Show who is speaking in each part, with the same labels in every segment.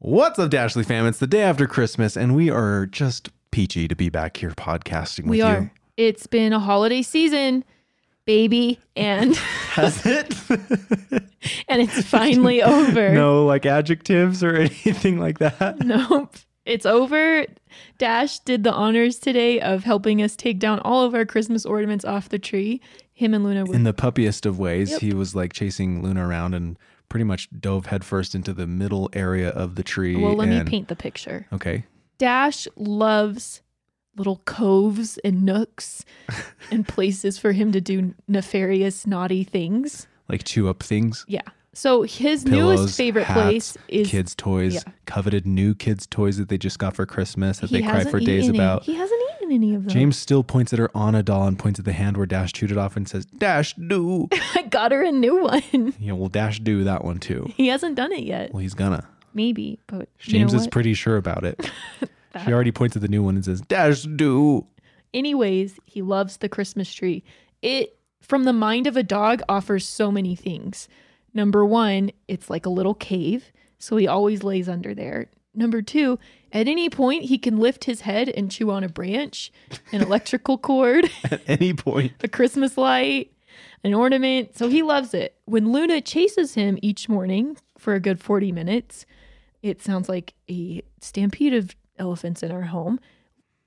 Speaker 1: What's up, Dashley fam? It's the day after Christmas, and we are just peachy to be back here podcasting with
Speaker 2: we are.
Speaker 1: you.
Speaker 2: It's been a holiday season, baby, and
Speaker 1: Has it?
Speaker 2: and it's finally over.
Speaker 1: no, like adjectives or anything like that.
Speaker 2: Nope. It's over. Dash did the honors today of helping us take down all of our Christmas ornaments off the tree. Him and Luna were
Speaker 1: In the puppiest of ways,
Speaker 2: Yep.
Speaker 1: he was like chasing Luna around and pretty much dove headfirst into the middle area of the tree.
Speaker 2: Well, let me
Speaker 1: and-
Speaker 2: paint the picture.
Speaker 1: Okay.
Speaker 2: Dash loves little coves and nooks and places for him to do nefarious, naughty things.
Speaker 1: Like chew up things,
Speaker 2: Yeah. So his
Speaker 1: Pillows,
Speaker 2: newest favorite
Speaker 1: hats,
Speaker 2: place is
Speaker 1: kids' toys,
Speaker 2: yeah.
Speaker 1: coveted new kids' toys that they just got for Christmas that they cry
Speaker 2: hasn't
Speaker 1: for days
Speaker 2: eaten any-
Speaker 1: about.
Speaker 2: He hasn't eaten any of them.
Speaker 1: James still points at her on a doll and points at the hand where Dash chewed it off and says, Dash, do.
Speaker 2: I got her a new one.
Speaker 1: you know, well, Dash, do that one too.
Speaker 2: He hasn't done it yet.
Speaker 1: Well, he's gonna.
Speaker 2: Maybe, but you
Speaker 1: James
Speaker 2: know
Speaker 1: is
Speaker 2: what?
Speaker 1: pretty sure about it.
Speaker 2: That-
Speaker 1: she already points at the new one and says, Dash, do.
Speaker 2: Anyways, he loves the Christmas tree. It, from the mind of a dog, offers so many things. Number one, it's like a little cave, so he always lays under there. Number two, at any point, he can lift his head and chew on a branch, an electrical cord,
Speaker 1: At any point.
Speaker 2: a Christmas light, an ornament. So he loves it. When Luna chases him each morning for a good 40 minutes, it sounds like a stampede of elephants in our home.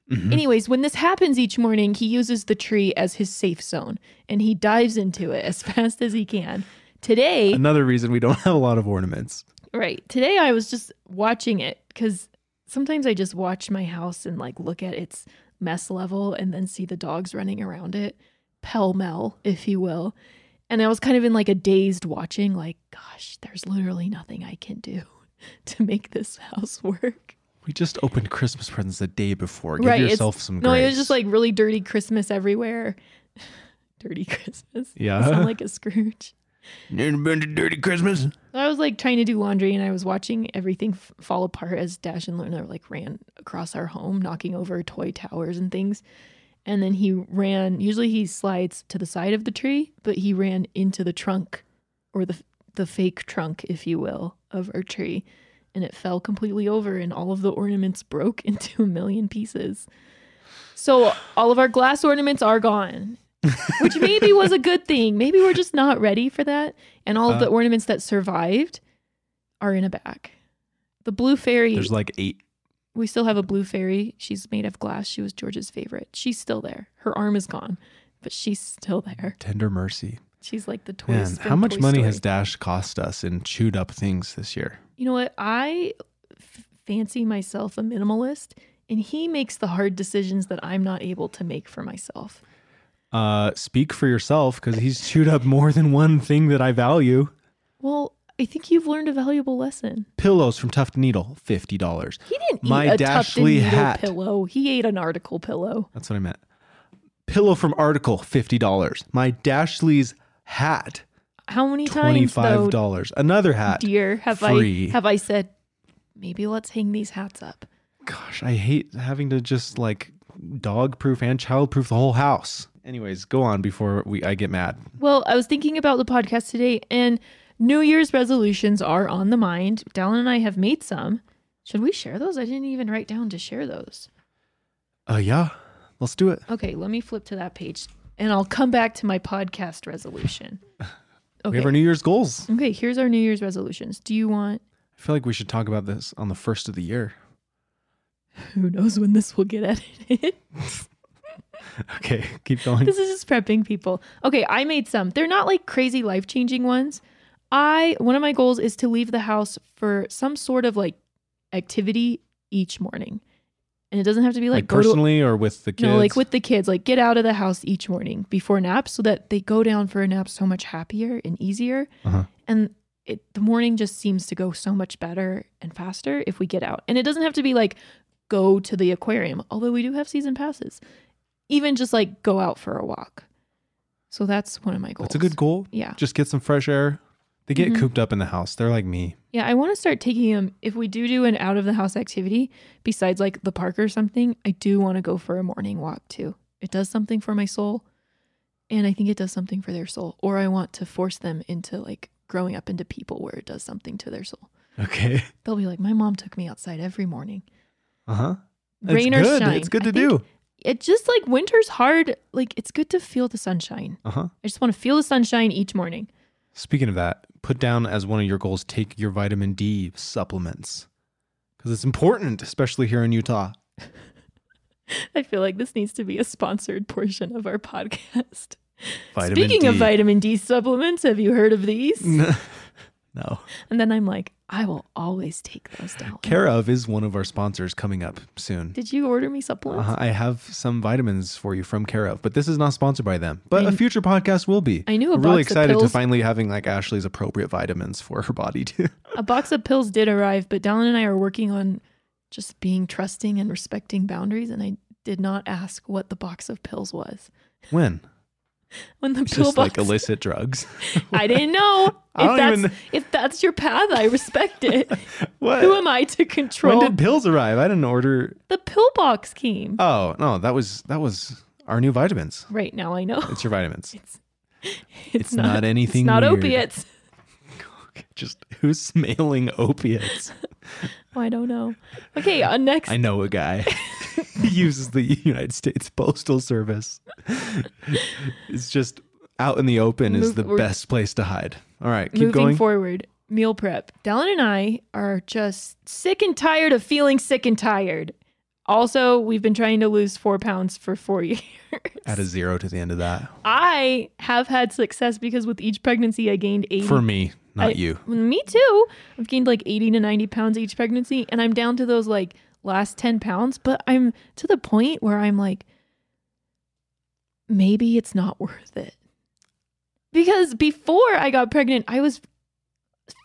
Speaker 1: Mhm.
Speaker 2: Anyways, when this happens each morning, he uses the tree as his safe zone and he dives into it as fast as he can. Today,
Speaker 1: Another reason we don't have a lot of ornaments.
Speaker 2: right, today I was just watching it because sometimes I just watch my house and like look at its mess level and then see the dogs running around it, pell mell, if you will. And I was kind of in like a dazed watching, like, gosh, there's literally nothing I can do to make this house work.
Speaker 1: We just opened Christmas presents the day before. Give
Speaker 2: Right, it's-
Speaker 1: yourself some
Speaker 2: No,
Speaker 1: grace.
Speaker 2: it was just like really dirty Christmas everywhere. dirty Christmas. I sound
Speaker 1: yeah.
Speaker 2: like a Scrooge.
Speaker 1: Never been to Dirty Christmas?
Speaker 2: I was like trying to do laundry and I was watching everything f- fall apart as Dash and Luna like ran across our home, knocking over toy towers and things. And then he ran, usually he slides to the side of the tree, but he ran into the trunk or the the fake trunk, if you will, of our tree. And it fell completely over and all of the ornaments broke into a million pieces. So all of our glass ornaments are gone. which maybe was a good thing. Maybe we're just not ready for that. And all of the
Speaker 1: Uh,
Speaker 2: ornaments that survived are in a bag. The blue fairy,
Speaker 1: There's like eight.
Speaker 2: we still have a blue fairy. She's made of glass. She was George's favorite. She's still there. Her arm is gone, but she's still there.
Speaker 1: Tender mercy.
Speaker 2: She's like the toy.
Speaker 1: Man,
Speaker 2: from
Speaker 1: how much
Speaker 2: Toy
Speaker 1: money
Speaker 2: Story.
Speaker 1: has Dash cost us in chewed up things this year?
Speaker 2: You know what? I f- fancy myself a minimalist, and he makes the hard decisions that I'm not able to make for myself.
Speaker 1: Uh, speak for yourself because he's chewed up more than one thing that I value.
Speaker 2: Well, I think you've learned a valuable lesson.
Speaker 1: Pillows from Tuft and Needle, fifty dollars.
Speaker 2: He didn't
Speaker 1: My
Speaker 2: eat a
Speaker 1: Dashley
Speaker 2: Tufted Needle
Speaker 1: hat.
Speaker 2: pillow. He ate an article pillow.
Speaker 1: That's what I meant. Pillow from Article, fifty dollars. My Dashley's hat,
Speaker 2: How many
Speaker 1: twenty
Speaker 2: times
Speaker 1: five
Speaker 2: though,
Speaker 1: dollars. Another hat.
Speaker 2: dear, have
Speaker 1: Free.
Speaker 2: I have I said maybe let's hang these hats up?
Speaker 1: Gosh, I hate having to just like dog proof and child proof the whole house. Anyways, go on before we I get mad.
Speaker 2: Well, I was thinking about the podcast today, and New Year's resolutions are on the mind. Dallin and I have made some. Should we share those? I didn't even write down to share those.
Speaker 1: Uh, yeah, let's do it.
Speaker 2: Okay, let me flip to that page, and I'll come back to my podcast resolution.
Speaker 1: We
Speaker 2: Okay.
Speaker 1: have our New Year's goals.
Speaker 2: okay. Here's our New Year's resolutions. Do you want?
Speaker 1: I feel like we should talk about this on the first of the year.
Speaker 2: Who knows when this will get edited.
Speaker 1: Okay, keep going.
Speaker 2: this is just prepping people. Okay, I made some. They're not like crazy life changing ones. I one of my goals is to leave the house for some sort of like activity each morning, and it doesn't have to be
Speaker 1: like,
Speaker 2: like, go to
Speaker 1: personally or with the kids?
Speaker 2: no, like with the kids, like get out of the house each morning before nap so that they go down for a nap so much happier and easier.
Speaker 1: Uh-huh.
Speaker 2: And it, the morning just seems to go so much better and faster if we get out. And it doesn't have to be like go to the aquarium, although we do have season passes. Even just like go out for a walk. So that's one of my goals.
Speaker 1: That's a good goal.
Speaker 2: Yeah.
Speaker 1: Just get some fresh air. They get
Speaker 2: Mhm.
Speaker 1: cooped up in the house. They're like me.
Speaker 2: Yeah, I want to start taking them. If we do do an out of the house activity, besides like the park or something, I do want to go for a morning walk too. It does something for my soul, and I think it does something for their soul. Or I want to force them into like growing up into people where it does something to their soul.
Speaker 1: Okay.
Speaker 2: They'll be like, my mom took me outside every morning.
Speaker 1: Uh huh.
Speaker 2: Rain
Speaker 1: it's
Speaker 2: or
Speaker 1: good.
Speaker 2: shine.
Speaker 1: It's good to
Speaker 2: I think
Speaker 1: do.
Speaker 2: It just like winter's hard. Like it's good to feel the sunshine.
Speaker 1: Uh huh.
Speaker 2: I just want to feel the sunshine each morning.
Speaker 1: Speaking of that, put down as one of your goals take your vitamin D supplements because it's important, especially here in Utah.
Speaker 2: I feel like this needs to be a sponsored portion of our podcast.
Speaker 1: Vitamin
Speaker 2: Speaking of
Speaker 1: D.
Speaker 2: vitamin D supplements, have you heard of these?
Speaker 1: no,
Speaker 2: And then I'm like, I will always take those down.
Speaker 1: care of is one of our sponsors coming up soon.
Speaker 2: Did you order me supplements?
Speaker 1: Uh-huh. I have some vitamins for you from Care of, but this is not sponsored by them. But a
Speaker 2: I-
Speaker 1: future podcast will be.
Speaker 2: I knew a
Speaker 1: I'm really
Speaker 2: box of
Speaker 1: excited to
Speaker 2: pills-
Speaker 1: finally having like Ashley's appropriate vitamins for her body too.
Speaker 2: A box of pills did arrive, but Dallin and I are working on just being trusting and respecting boundaries. And I did not ask what the box of pills was.
Speaker 1: when?
Speaker 2: When the pill
Speaker 1: Just like
Speaker 2: box,
Speaker 1: illicit drugs.
Speaker 2: I didn't know. If
Speaker 1: I don't
Speaker 2: that's
Speaker 1: even-
Speaker 2: if that's your path, I respect it.
Speaker 1: what?
Speaker 2: Who am I to
Speaker 1: when
Speaker 2: control?
Speaker 1: did pills arrive? I didn't order.
Speaker 2: the pill box came.
Speaker 1: Oh no, that was that was our new vitamins.
Speaker 2: right now, I know it's,
Speaker 1: It's your vitamins. it's
Speaker 2: not,
Speaker 1: not anything
Speaker 2: It's not
Speaker 1: weird.
Speaker 2: opiates.
Speaker 1: Just who's smelling opiates?
Speaker 2: I don't know. Okay, uh, next
Speaker 1: I know a guy. he uses the United States Postal Service. it's just out in the open is
Speaker 2: Move-
Speaker 1: the
Speaker 2: we're-
Speaker 1: best place to hide. All right, keep
Speaker 2: moving
Speaker 1: going.
Speaker 2: forward, meal prep. Dallin and I are just sick and tired of feeling sick and tired. Also, we've been trying to lose four pounds for four years.
Speaker 1: Add a zero to the end of that.
Speaker 2: I have had success because with each pregnancy, I gained 80.
Speaker 1: For me, not
Speaker 2: I-
Speaker 1: you.
Speaker 2: Me too. I've gained like 80 to 90 pounds each pregnancy, and I'm down to those like last 10 pounds, but I'm to the point where I'm like, maybe it's not worth it. Because before I got pregnant, I was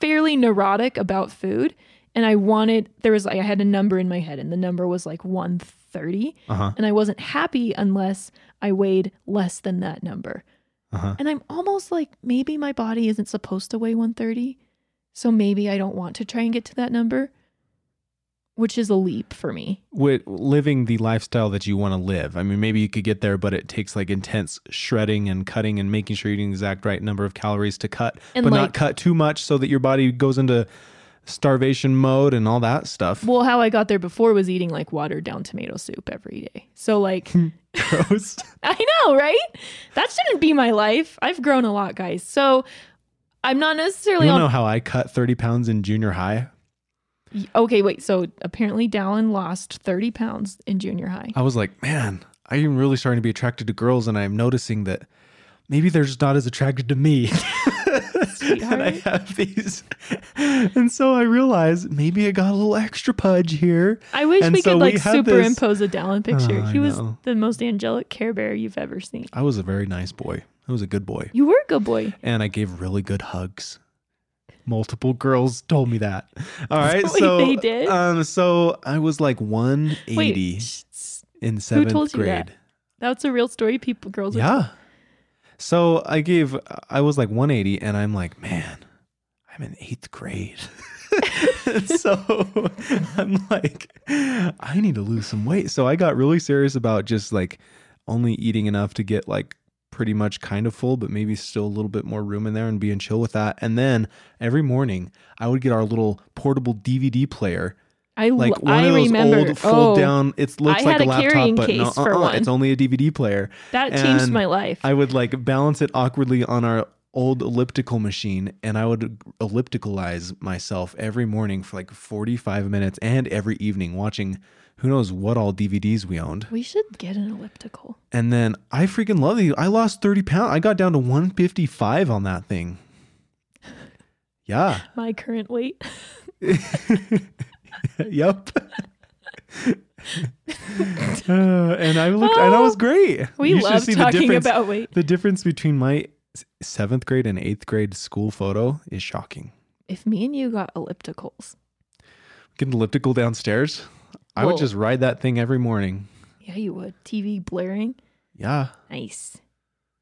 Speaker 2: fairly neurotic about food, and I wanted, there was like, I had a number in my head, and the number was like 130,
Speaker 1: Uh huh.
Speaker 2: and I wasn't happy unless I weighed less than that number.
Speaker 1: Uh huh.
Speaker 2: And I'm almost like, maybe my body isn't supposed to weigh 130. So maybe I don't want to try and get to that number, which is a leap for me.
Speaker 1: With living the lifestyle that you want to live, I mean, maybe you could get there, but it takes like intense shredding and cutting and making sure you're eating the exact right number of calories to cut,
Speaker 2: And,
Speaker 1: but
Speaker 2: like-
Speaker 1: not cut too much so that your body goes into starvation mode and all that stuff.
Speaker 2: Well, how I got there before was eating like watered down tomato soup every day. So, like,
Speaker 1: Gross.
Speaker 2: I know, right? That shouldn't be my life. I've grown a lot, guys. So, I'm not necessarily
Speaker 1: You
Speaker 2: on.
Speaker 1: know how I cut 30 pounds in junior high?
Speaker 2: Okay, wait. So, apparently, Dallin lost 30 pounds in junior high.
Speaker 1: I was like, man, I am really starting to be attracted to girls, and I'm noticing that maybe they're just not as attracted to me. and I
Speaker 2: Sweetheart.
Speaker 1: have these. And so I realized maybe I got a little extra pudge here.
Speaker 2: I wish
Speaker 1: And
Speaker 2: we
Speaker 1: so
Speaker 2: could like
Speaker 1: we had
Speaker 2: superimpose a Dallin picture.
Speaker 1: Oh, I
Speaker 2: he was
Speaker 1: know.
Speaker 2: the most angelic Care Bear you've ever seen.
Speaker 1: I was a very nice boy. I was a good boy.
Speaker 2: You were a good boy.
Speaker 1: And I gave really good hugs. Multiple girls told me that. All right.
Speaker 2: Wait,
Speaker 1: so
Speaker 2: they did?
Speaker 1: Um, so I was like
Speaker 2: Wait,
Speaker 1: 180
Speaker 2: sh- sh-
Speaker 1: in seventh
Speaker 2: told you
Speaker 1: grade.
Speaker 2: that? that's a real story. People, girls. are-
Speaker 1: Yeah. So I gave, I was like 180, and I'm like, man, I'm in eighth grade. And so I'm like, I need to lose some weight. So I got really serious about just like only eating enough to get like pretty much kind of full, but maybe still a little bit more room in there and being chill with that. And then every morning, I would get our little portable DVD player
Speaker 2: I lo-
Speaker 1: like one
Speaker 2: I
Speaker 1: of those
Speaker 2: remember.
Speaker 1: old fold
Speaker 2: oh,
Speaker 1: down. It looks
Speaker 2: I
Speaker 1: like
Speaker 2: had
Speaker 1: a
Speaker 2: a
Speaker 1: laptop,
Speaker 2: carrying
Speaker 1: but
Speaker 2: case
Speaker 1: no,
Speaker 2: for
Speaker 1: uh-uh,
Speaker 2: one.
Speaker 1: it's only a DVD player.
Speaker 2: that changed
Speaker 1: and
Speaker 2: my life.
Speaker 1: I would like balance it awkwardly on our old elliptical machine and I would ellipticalize myself every morning for like 45 minutes and every evening watching who knows what all DVDs we owned.
Speaker 2: we should get an elliptical.
Speaker 1: And then I freaking love these. I lost 30 pounds. I got down to 155 on that thing. Yeah.
Speaker 2: My current weight.
Speaker 1: yep. Uh, and I looked and I was great.
Speaker 2: Oh, We
Speaker 1: You should
Speaker 2: love
Speaker 1: see the
Speaker 2: talking
Speaker 1: difference-
Speaker 2: about weight.
Speaker 1: The difference between my s- seventh grade and eighth grade school photo is shocking.
Speaker 2: If me and you got ellipticals,
Speaker 1: Get an elliptical downstairs. I
Speaker 2: Whoa.
Speaker 1: would just ride that thing every morning.
Speaker 2: yeah, you would. TV blaring,
Speaker 1: Yeah.
Speaker 2: nice.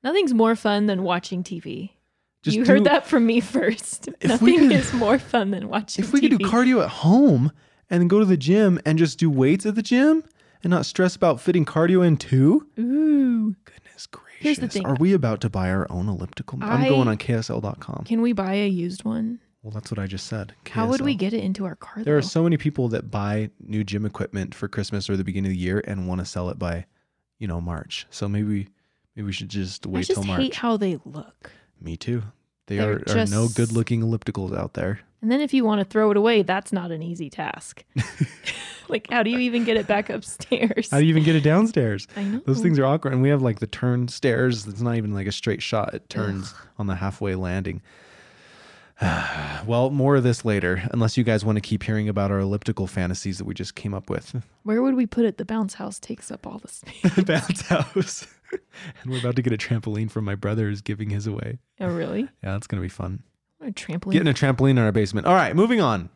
Speaker 2: Nothing's more fun than watching TV.
Speaker 1: Just
Speaker 2: you
Speaker 1: do,
Speaker 2: heard that from me first.
Speaker 1: If we
Speaker 2: Nothing
Speaker 1: could-
Speaker 2: is more fun than watching.
Speaker 1: If we could do
Speaker 2: TV.
Speaker 1: cardio at home and then go to the gym and just do weights at the gym and not stress about fitting cardio in too.
Speaker 2: ooh,
Speaker 1: Goodness gracious.
Speaker 2: Here's the thing.
Speaker 1: Are we about to buy our own elliptical? I, am
Speaker 2: I-
Speaker 1: going on KSL.com.
Speaker 2: can we buy a used one?
Speaker 1: Well, that's what I just said.
Speaker 2: How would
Speaker 1: KSL.
Speaker 2: we get it into our car?
Speaker 1: There
Speaker 2: though?
Speaker 1: are so many people that buy new gym equipment for Christmas or the beginning of the year and want to sell it by, you know, March. So maybe maybe we should just wait
Speaker 2: I just
Speaker 1: till March.
Speaker 2: hate how they look.
Speaker 1: Me too. They
Speaker 2: They're
Speaker 1: are, are no
Speaker 2: just-
Speaker 1: good looking ellipticals out there.
Speaker 2: And then if you want to throw it away, that's not an easy task. like, how do you even get it back upstairs?
Speaker 1: How do you even get it downstairs?
Speaker 2: I know.
Speaker 1: Those things are awkward. And we have like the turn stairs. It's not even like a straight shot. It turns on the halfway landing. well, more of this later, unless you guys want to keep hearing about our elliptical fantasies that we just came up with.
Speaker 2: Where would we put it? The bounce house takes up all the space.
Speaker 1: The bounce house. and we're about to get a trampoline from my brother who's giving his away.
Speaker 2: oh, really?
Speaker 1: Yeah, that's going to be fun.
Speaker 2: A trampoline.
Speaker 1: Getting a trampoline in our basement. All right, moving on.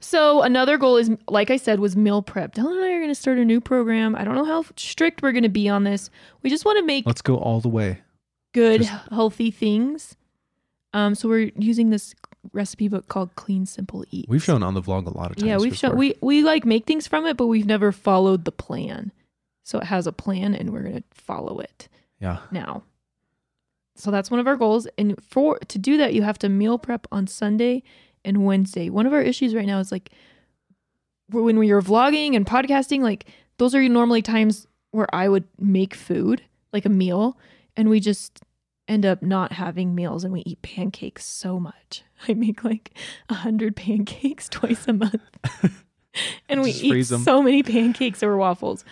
Speaker 2: So another goal is, like I said, was meal prep. Dylan and I are going to start a new program. I don't know how strict we're going to be on this. We just want to make
Speaker 1: Let's go all the way.
Speaker 2: good, healthy things. Um, so we're using this recipe book called Clean Simple Eat.
Speaker 1: We've shown on the vlog a lot of times.
Speaker 2: yeah, we've shown
Speaker 1: before.
Speaker 2: we we like make things from it, but we've never followed the plan. So it has a plan, and we're going to follow it
Speaker 1: Yeah.
Speaker 2: now. So that's one of our goals. And for to do that, you have to meal prep on Sunday and Wednesday. One of our issues right now is like when we are vlogging and podcasting, like those are normally times where I would make food, like a meal, and we just end up not having meals and we eat pancakes so much. I make like a hundred pancakes twice a month. and we
Speaker 1: Just
Speaker 2: eat
Speaker 1: freeze 'em.
Speaker 2: so many pancakes or waffles.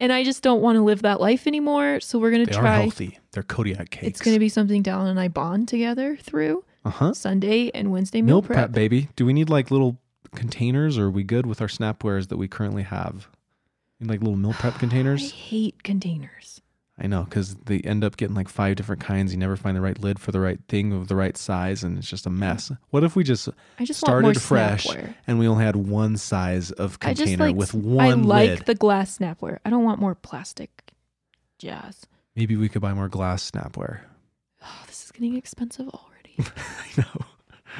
Speaker 2: And I just don't want to live that life anymore. So we're gonna
Speaker 1: They are
Speaker 2: try
Speaker 1: healthy. They're Kodiak cakes.
Speaker 2: it's going to be something Dallin and I bond together through
Speaker 1: Uh huh.
Speaker 2: Sunday and Wednesday meal
Speaker 1: Meal prep.
Speaker 2: prep.
Speaker 1: baby. Do we need like little containers or are we good with our snapwares that we currently have? In like little meal prep
Speaker 2: I
Speaker 1: containers?
Speaker 2: hate containers.
Speaker 1: I know, because they end up getting like five different kinds. You never find the right lid for the right thing of the right size, and it's just a mess. What if we just
Speaker 2: I just
Speaker 1: started
Speaker 2: want more
Speaker 1: fresh
Speaker 2: snapware.
Speaker 1: and we only had one size of
Speaker 2: I
Speaker 1: container
Speaker 2: just like
Speaker 1: with
Speaker 2: s-
Speaker 1: one
Speaker 2: I like
Speaker 1: lid?
Speaker 2: the glass snapware. I don't want more plastic jazz.
Speaker 1: Maybe we could buy more glass snapware.
Speaker 2: Oh, this is getting expensive already.
Speaker 1: I know.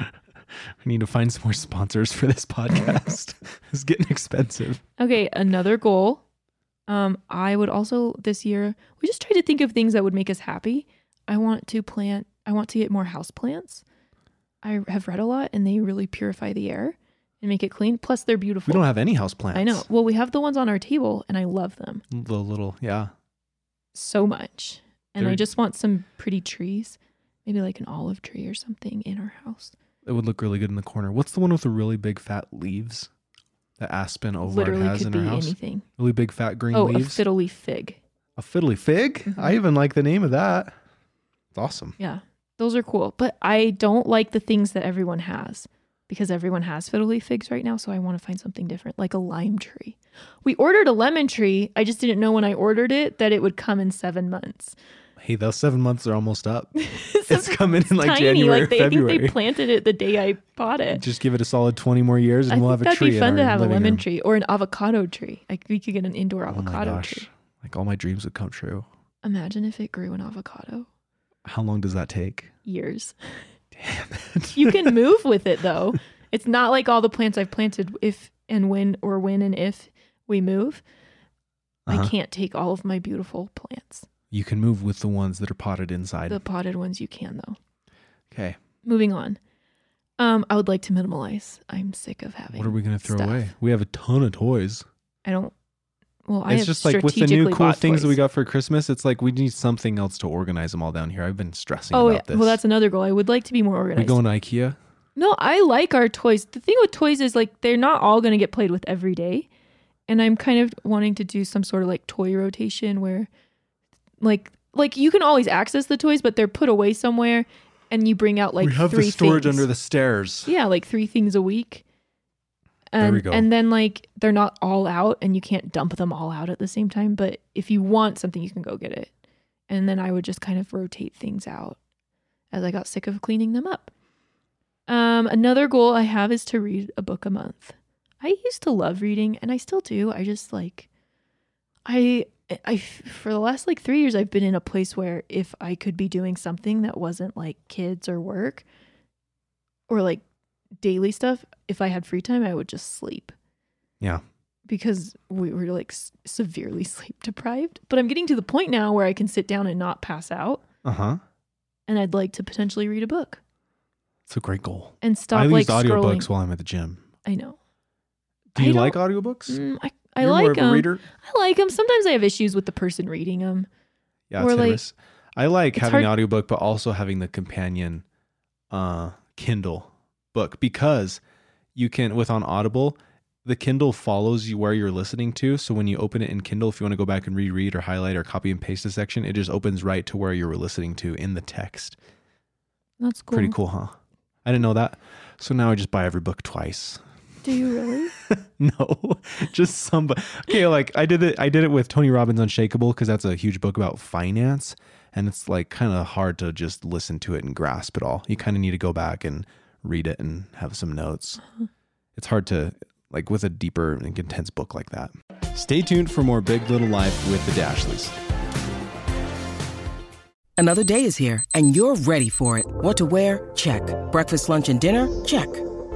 Speaker 1: we need to find some more sponsors for this podcast. it's getting expensive.
Speaker 2: okay, another goal. Um, I would also this year we just tried to think of things that would make us happy. I want to plant. I want to get more house plants. I have read a lot, and they really purify the air and make it clean. Plus, they're beautiful.
Speaker 1: We don't have any house plants.
Speaker 2: I know. Well, we have the ones on our table, and I love them
Speaker 1: The little, yeah.
Speaker 2: so much. And I
Speaker 1: They're-
Speaker 2: just want some pretty trees, maybe like an olive tree or something in our house.
Speaker 1: It would look really good in the corner. What's the one with the really big fat leaves? The aspen Ovard
Speaker 2: Literally
Speaker 1: has
Speaker 2: could
Speaker 1: in
Speaker 2: be
Speaker 1: our house.
Speaker 2: anything.
Speaker 1: Really big fat green
Speaker 2: Oh,
Speaker 1: leaves.
Speaker 2: a fiddle Mm-hmm. leaf fig.
Speaker 1: A fiddly fig? I even like the name of that. It's awesome.
Speaker 2: Yeah, those are cool. But I don't like the things that everyone has because everyone has fiddle leaf figs right now. So I want to find something different, like a lime tree. We ordered a lemon tree. I just didn't know when I ordered it that it would come in seven months.
Speaker 1: Hey, those seven months are almost up.
Speaker 2: So
Speaker 1: It's coming in like
Speaker 2: tiny.
Speaker 1: January, or
Speaker 2: like they
Speaker 1: February.
Speaker 2: think they planted it the day I bought it.
Speaker 1: Just give it a solid 20 more years and
Speaker 2: I
Speaker 1: we'll
Speaker 2: think
Speaker 1: have a
Speaker 2: that'd
Speaker 1: tree.
Speaker 2: be
Speaker 1: in
Speaker 2: fun to
Speaker 1: our
Speaker 2: have a
Speaker 1: living
Speaker 2: lemon
Speaker 1: room.
Speaker 2: tree or an avocado tree. Like we could get an indoor avocado
Speaker 1: oh my gosh.
Speaker 2: tree.
Speaker 1: Like all my dreams would come true.
Speaker 2: Imagine if it grew an avocado.
Speaker 1: How long does that take?
Speaker 2: Years.
Speaker 1: Damn it.
Speaker 2: You can move with it though. It's not like all the plants I've planted if and when or when and if we move. I
Speaker 1: Uh-huh.
Speaker 2: can't take all of my beautiful plants.
Speaker 1: You can move with the ones that are potted inside.
Speaker 2: The potted ones you can though.
Speaker 1: okay.
Speaker 2: Moving on. Um, I would like to minimalize. I'm sick of having
Speaker 1: What are we going to throw
Speaker 2: stuff.
Speaker 1: away? We have a ton of toys.
Speaker 2: I don't well, I
Speaker 1: it's
Speaker 2: have
Speaker 1: just like with the new
Speaker 2: strategically
Speaker 1: cool
Speaker 2: bought
Speaker 1: things that we
Speaker 2: toys.
Speaker 1: got for Christmas, it's like we need something else to organize them all down here. I've been stressing
Speaker 2: Oh, yeah.
Speaker 1: about this.
Speaker 2: well, that's another goal. I would like to be more
Speaker 1: we
Speaker 2: organized.
Speaker 1: going to IKEA?
Speaker 2: No, I like our toys. The thing with toys is like they're not all going to get played with every day. And I'm kind of wanting to do some sort of like toy rotation where like like you can always access the toys but they're put away somewhere and you bring out like
Speaker 1: we have
Speaker 2: three
Speaker 1: the storage
Speaker 2: things.
Speaker 1: under the stairs.
Speaker 2: Yeah, like 3 things a week. And
Speaker 1: There we go.
Speaker 2: and then like they're not all out and you can't dump them all out at the same time, but if you want something you can go get it. And then I would just kind of rotate things out as I got sick of cleaning them up. Um, another goal I have is to read a book a month. I used to love reading, and I still do. I just like, I, I for the last like three years, I've been in a place where if I could be doing something that wasn't like kids or work, or like daily stuff, if I had free time, I would just sleep.
Speaker 1: Yeah.
Speaker 2: Because we were like s- severely sleep deprived. But I'm getting to the point now where I can sit down and not pass out,
Speaker 1: Uh huh.
Speaker 2: and I'd like to potentially read a book.
Speaker 1: It's a great goal.
Speaker 2: and stop
Speaker 1: I
Speaker 2: like
Speaker 1: used
Speaker 2: scrolling.
Speaker 1: audiobooks while I'm at the gym.
Speaker 2: I know.
Speaker 1: Do
Speaker 2: I
Speaker 1: you
Speaker 2: don't-
Speaker 1: like audiobooks?
Speaker 2: Mm, I, I
Speaker 1: You're more
Speaker 2: like
Speaker 1: of a
Speaker 2: them.
Speaker 1: reader?
Speaker 2: I like them. Sometimes I have issues with the person reading them.
Speaker 1: Yeah, it's
Speaker 2: Or
Speaker 1: hit or
Speaker 2: like-
Speaker 1: miss. I like
Speaker 2: it's
Speaker 1: having an audiobook, but also having the companion uh, Kindle book because you can with on Audible, the Kindle follows you where you're listening to. So when you open it in Kindle, if you want to go back and reread or highlight or copy and paste a section, it just opens right to where you were listening to in the text.
Speaker 2: That's cool.
Speaker 1: Pretty cool, huh? I didn't know that. So now I just buy every book twice.
Speaker 2: Do you really?
Speaker 1: No, just somebody. Okay, like I did it. I did it with Tony Robbins' Unshakable because that's a huge book about finance, and it's like kind of hard to just listen to it and grasp it all. You kind of need to go back and read it and have some notes. It's hard to like with a deeper and intense book like that. Stay tuned for more Big Little Life with the Dashleys.
Speaker 3: Another day is here, and you're ready for it. What to wear? Check. Breakfast, lunch, and dinner? Check.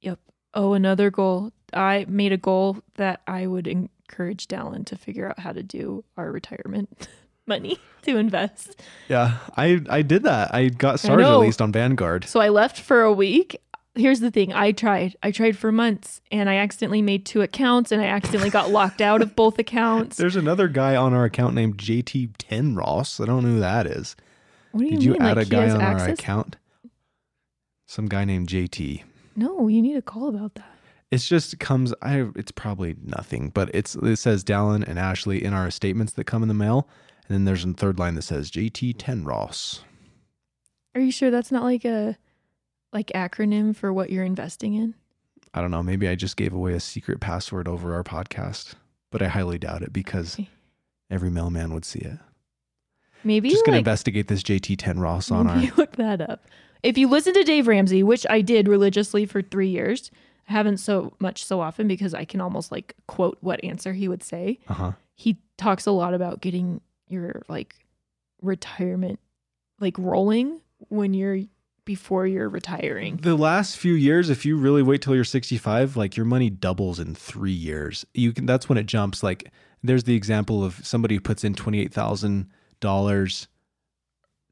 Speaker 2: Yep. Oh, another goal. I made a goal that I would encourage Dallin to figure out how to do our retirement money to invest.
Speaker 1: Yeah, I I did that. I got started at
Speaker 2: know.
Speaker 1: least on Vanguard.
Speaker 2: So I left for a week. Here's the thing I tried. I tried for months and I accidentally made two accounts and I accidentally got locked out of both accounts.
Speaker 1: There's another guy on our account named JT10 Ross. I don't know who that is.
Speaker 2: what do you
Speaker 1: Did you
Speaker 2: mean?
Speaker 1: add
Speaker 2: like
Speaker 1: a
Speaker 2: he
Speaker 1: guy
Speaker 2: has
Speaker 1: on our
Speaker 2: access?
Speaker 1: account? Some guy named JT.
Speaker 2: No, you need a call about that.
Speaker 1: It's just comes. I. It's probably nothing, but it's it says Dallin and Ashley in our statements that come in the mail, and then there's a third line that says JT ten Ross.
Speaker 2: Are you sure that's not like a like acronym for what you're investing in?
Speaker 1: I don't know. Maybe I just gave away a secret password over our podcast, but I highly doubt it because
Speaker 2: Okay.
Speaker 1: every mailman would see it.
Speaker 2: Maybe
Speaker 1: just gonna
Speaker 2: like,
Speaker 1: investigate this JT ten Ross on our.
Speaker 2: Maybe look that up. If you listen to Dave Ramsey, which I did religiously for three years, I haven't so much so often because I can almost like quote what answer he would say.
Speaker 1: Uh huh.
Speaker 2: He talks a lot about getting your like retirement like rolling when you're before you're retiring.
Speaker 1: The last few years, if you really wait till you're 65, like your money doubles in three years. You can that's when it jumps. Like there's the example of somebody who puts in twenty eight thousand dollars,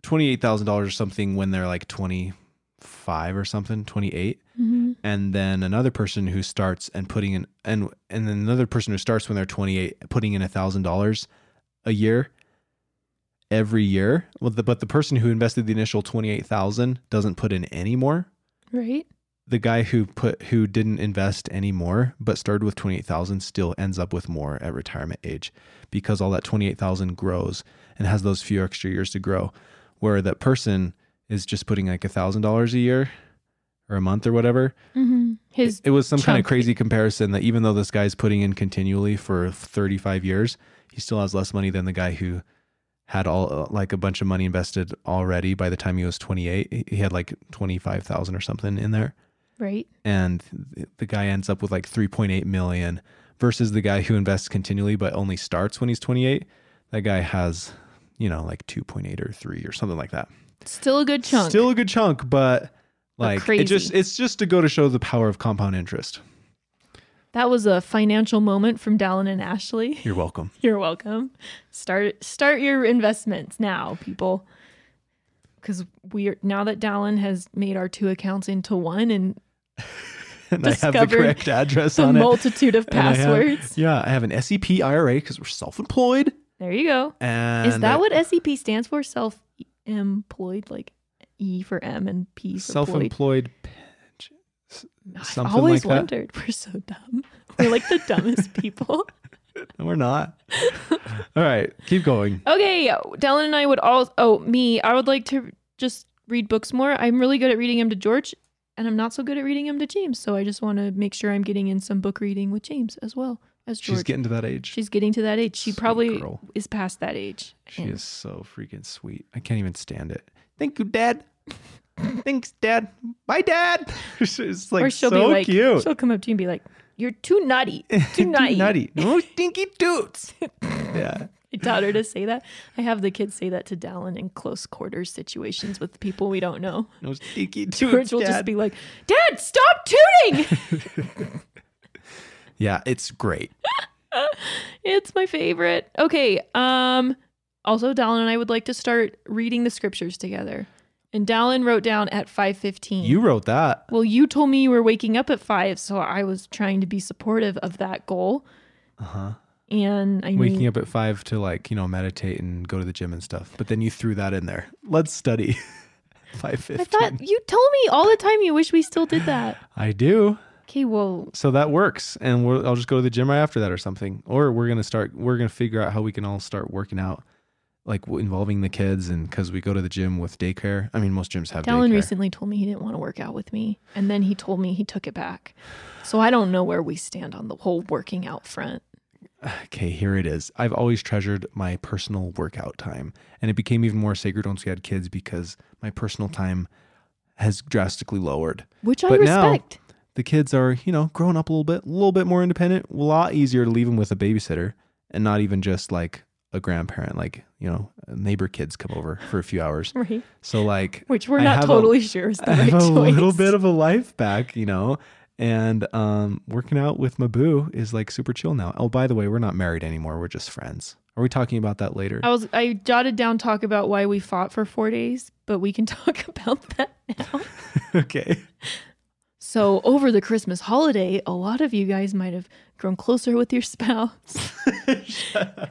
Speaker 1: twenty eight thousand dollars or something when they're like twenty five or something, twenty eight,
Speaker 2: Mhm.
Speaker 1: and then another person who starts and putting in and and then another person who starts when they're twenty eight putting in a thousand dollars a year every year. Well, the, but the person who invested the initial twenty eight thousand doesn't put in any more
Speaker 2: Right?
Speaker 1: the guy who put who didn't invest any more but started with 28,000 still ends up with more at retirement age because all that 28,000 grows and has those few extra years to grow where that person is just putting like $1,000 a year or a month or whatever
Speaker 2: Mm-hmm. His
Speaker 1: it, it was some kind of
Speaker 2: chunk.
Speaker 1: crazy comparison that even though this guy's putting in continually for 35 years he still has less money than the guy who had all like a bunch of money invested already by the time he was 28 He- he had like 25,000 or something in there
Speaker 2: right.
Speaker 1: and th- the guy ends up with like 3.8 million versus the guy who invests continually but only starts when he's 28 that guy has you know like 2.8 or 3 or something like that
Speaker 2: Still a good chunk.
Speaker 1: still a good chunk but like it
Speaker 2: crazy.
Speaker 1: just it's just to go to show the power of compound interest
Speaker 2: that was a financial moment from Dallin and Ashley.
Speaker 1: you're welcome
Speaker 2: You're welcome. Start start your investments now, people. Because we are now that Dallin has made our two accounts into one and
Speaker 1: and i have the
Speaker 2: Discovered
Speaker 1: correct address
Speaker 2: a
Speaker 1: on it
Speaker 2: multitude of
Speaker 1: And I have- E
Speaker 2: passwords.
Speaker 1: yeah i have an sep ira because we're self-employed
Speaker 2: There you go.
Speaker 1: And
Speaker 2: Is that what SEP stands for? Self employed, like E for M and P for employed.
Speaker 1: self-employed pension?
Speaker 2: I
Speaker 1: something
Speaker 2: always
Speaker 1: like that?
Speaker 2: wondered. We're so dumb. We're like the dumbest people.
Speaker 1: No, we're not. All right, keep going.
Speaker 2: Okay, Dylan and I would all. Oh, me. I would like to just read books more. I'm really good at reading them to George, and I'm not so good at reading them to James. So I just want to make sure I'm getting in some book reading with James as well as George.
Speaker 1: She's getting to that age.
Speaker 2: She's getting to that age. She
Speaker 1: Sweet
Speaker 2: probably
Speaker 1: girl.
Speaker 2: is past that age.
Speaker 1: She
Speaker 2: And
Speaker 1: is so freaking sweet. I can't even stand it. Thank you, Dad. Thanks, Dad. Bye, Dad. She's like
Speaker 2: or she'll
Speaker 1: so
Speaker 2: be like,
Speaker 1: cute.
Speaker 2: she'll come up to you and be like, "You're too nutty, too nutty."
Speaker 1: Too nutty. No stinky toots. yeah.
Speaker 2: I taught her to say that. I have the kids say that to Dallin in close quarters situations with people we don't know.
Speaker 1: No stinky toots.
Speaker 2: George will
Speaker 1: Dad.
Speaker 2: just be like, "Dad, stop tooting!"
Speaker 1: yeah, it's great.
Speaker 2: it's my favorite. Okay. Um. Also, Dallin and I would like to start reading the scriptures together. And Dallin wrote down at five fifteen.
Speaker 1: You wrote that.
Speaker 2: Well, you told me you were waking up at five, so I was trying to be supportive of that goal.
Speaker 1: Uh huh.
Speaker 2: And I knew
Speaker 1: Waking up at five to like you know meditate and go to the gym and stuff. But then you threw that in there. Let's study. Five
Speaker 2: I
Speaker 1: fifteen.
Speaker 2: thought you told me all the time you wish we still did that.
Speaker 1: I do.
Speaker 2: Okay, well,
Speaker 1: So that works, and we're, I'll just go to the gym right after that or something. Or we're gonna start. We're gonna figure out how we can all start working out, like w- involving the kids, and because we go to the gym with daycare. I mean, most gyms have
Speaker 2: Dallin
Speaker 1: daycare.
Speaker 2: recently told me he didn't want to work out with me, and then he told me he took it back. So I don't know where we stand on the whole working out front.
Speaker 1: Okay, here it is. I've always treasured my personal workout time, and it became even more sacred once we had kids because my personal time has drastically lowered.
Speaker 2: Which I
Speaker 1: But now-
Speaker 2: respect.
Speaker 1: The kids are, you know, growing up a little bit, a little bit more independent, a lot easier to leave them with a babysitter and not even just like a grandparent, like, you know, neighbor kids come over for a few hours.
Speaker 2: Right.
Speaker 1: So like
Speaker 2: Which we're
Speaker 1: I
Speaker 2: not
Speaker 1: have a-
Speaker 2: totally sure is the
Speaker 1: I
Speaker 2: right
Speaker 1: have a
Speaker 2: choice.
Speaker 1: little bit of a life back, you know. And um working out with Mabu is like super chill now. Oh, by the way, we're not married anymore. We're just friends. Are we talking about that later?
Speaker 2: I was I jotted down talk about why we fought for four days, but we can talk about that now.
Speaker 1: okay.
Speaker 2: So over the Christmas holiday, a lot of you guys might have grown closer with your spouse,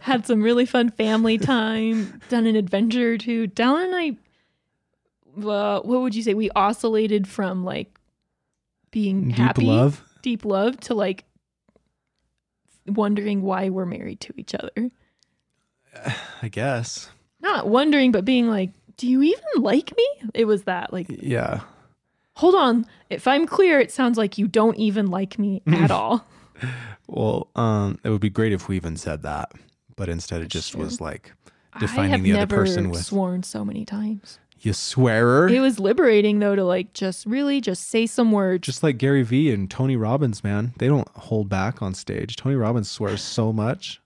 Speaker 2: had some really fun family time, done an adventure or two. Dallin and I, uh, what would you say? We oscillated from like being
Speaker 1: Deep
Speaker 2: happy,
Speaker 1: love.
Speaker 2: deep love, to like wondering why we're married to each other.
Speaker 1: I guess.
Speaker 2: Not wondering, but being like, do you even like me? It was that like
Speaker 1: Yeah.
Speaker 2: Hold on. If I'm clear, it sounds like you don't even like me at all.
Speaker 1: Well, um, it would be great if we even said that, but instead it just was like
Speaker 2: I have
Speaker 1: defining the other
Speaker 2: never
Speaker 1: person with
Speaker 2: sworn so many times.
Speaker 1: you swearer.
Speaker 2: It was liberating though to like just really just say some words.
Speaker 1: just like Gary Vee and Tony Robbins, man, they don't hold back on stage. Tony Robbins swears so much.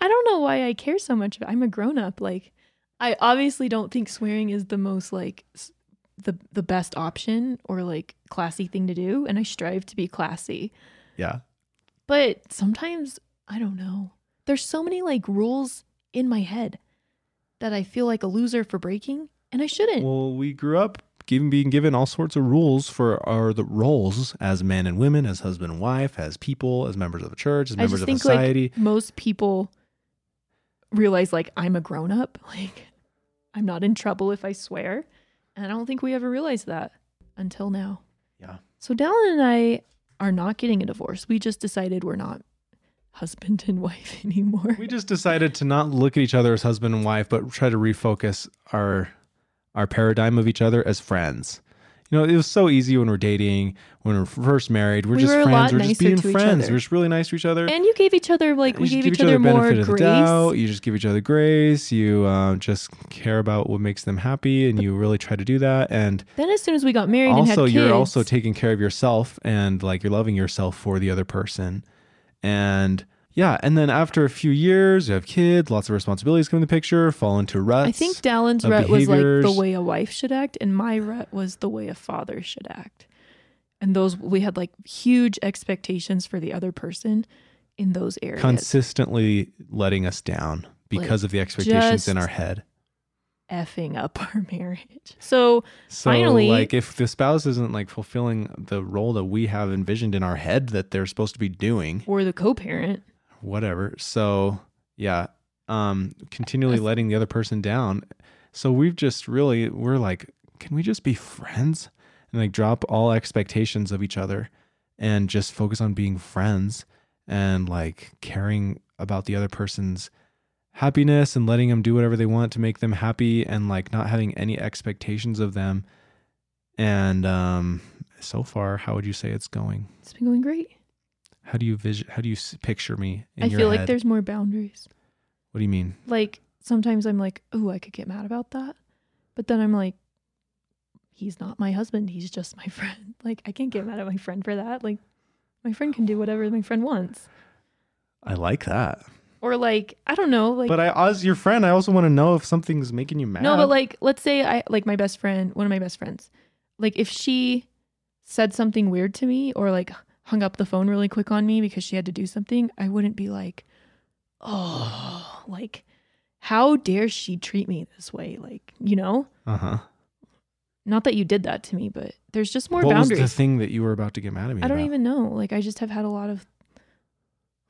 Speaker 2: I don't know why I care so much. About, I'm a grown up. Like I obviously don't think swearing is the most like s- the the best option or like classy thing to do, and I strive to be classy.
Speaker 1: Yeah.
Speaker 2: But sometimes I don't know. There's so many like rules in my head that I feel like a loser for breaking, and I shouldn't.
Speaker 1: Well, we grew up given being given all sorts of rules for our the roles as men and women, as husband and wife, as people, as members of the church, as
Speaker 2: I
Speaker 1: members
Speaker 2: just
Speaker 1: of
Speaker 2: think
Speaker 1: society.
Speaker 2: like most people realize like I'm a grown up, like I'm not in trouble if I swear, and I don't think we ever realized that until now.
Speaker 1: Yeah.
Speaker 2: So Dallin and I are not getting a divorce. We just decided we're not husband and wife anymore.
Speaker 1: we just decided to not look at each other as husband and wife, but try to refocus our our paradigm of each other as friends. You know, it was so easy when we're dating, when we're first married. We're
Speaker 2: We
Speaker 1: just
Speaker 2: were a lot
Speaker 1: friends. We're just
Speaker 2: nicer
Speaker 1: being
Speaker 2: to each
Speaker 1: friends.
Speaker 2: other.
Speaker 1: We're just really nice to each other.
Speaker 2: and you gave each other like
Speaker 1: You
Speaker 2: we
Speaker 1: just
Speaker 2: gave
Speaker 1: give
Speaker 2: each other more
Speaker 1: benefit of the doubt.
Speaker 2: grace.
Speaker 1: You just give each other grace. You um, just care about what makes them happy, and you really try to do that. And
Speaker 2: Then as soon as we got married and had
Speaker 1: also,
Speaker 2: kids,
Speaker 1: you're also taking care of yourself, and like you're loving yourself for the other person. And yeah, and then after a few years, you have kids, lots of responsibilities come in the picture, fall into ruts.
Speaker 2: I think Dallin's
Speaker 1: of
Speaker 2: rut was like
Speaker 1: behaviors.
Speaker 2: the way a wife should act, and my rut was the way a father should act. And those we had like huge expectations for the other person in those areas.
Speaker 1: consistently letting us down because of the expectations in
Speaker 2: just-
Speaker 1: our head.
Speaker 2: effing up our marriage. So
Speaker 1: So,
Speaker 2: Finally-
Speaker 1: like, if the spouse isn't like fulfilling the role that we have envisioned in our head that they're supposed to be doing,
Speaker 2: we're the co parent.
Speaker 1: whatever. So yeah, um, continually letting the other person down. So we've just really, we're like, can we just be friends and like drop all expectations of each other and just focus on being friends and like caring about the other person's happiness and letting them do whatever they want to make them happy and like not having any expectations of them. And um, so far, how would you say it's going?
Speaker 2: It's been going great.
Speaker 1: How do you vision? How do you s- picture me? In
Speaker 2: I
Speaker 1: your
Speaker 2: feel like
Speaker 1: head?
Speaker 2: there's more boundaries.
Speaker 1: What do you mean?
Speaker 2: Like sometimes I'm like, oh, I could get mad about that. But then I'm like, he's not my husband. He's just my friend. Like I can't get mad at my friend for that. Like my friend can do whatever my friend wants.
Speaker 1: I like that.
Speaker 2: Or like, I don't know, like
Speaker 1: but I, as your friend, I also want to know if something's making you mad.
Speaker 2: No, but like, let's say I like my best friend, one of my best friends. Like, if she said something weird to me or like hung up the phone really quick on me because she had to do something, I wouldn't be like, oh, like, how dare she treat me this way? Like, you know,
Speaker 1: uh huh.
Speaker 2: not that you did that to me, but there's just more
Speaker 1: What
Speaker 2: boundaries.
Speaker 1: was the thing that you were about to get mad at me?
Speaker 2: I don't
Speaker 1: about?
Speaker 2: even know. Like, I just have had a lot of,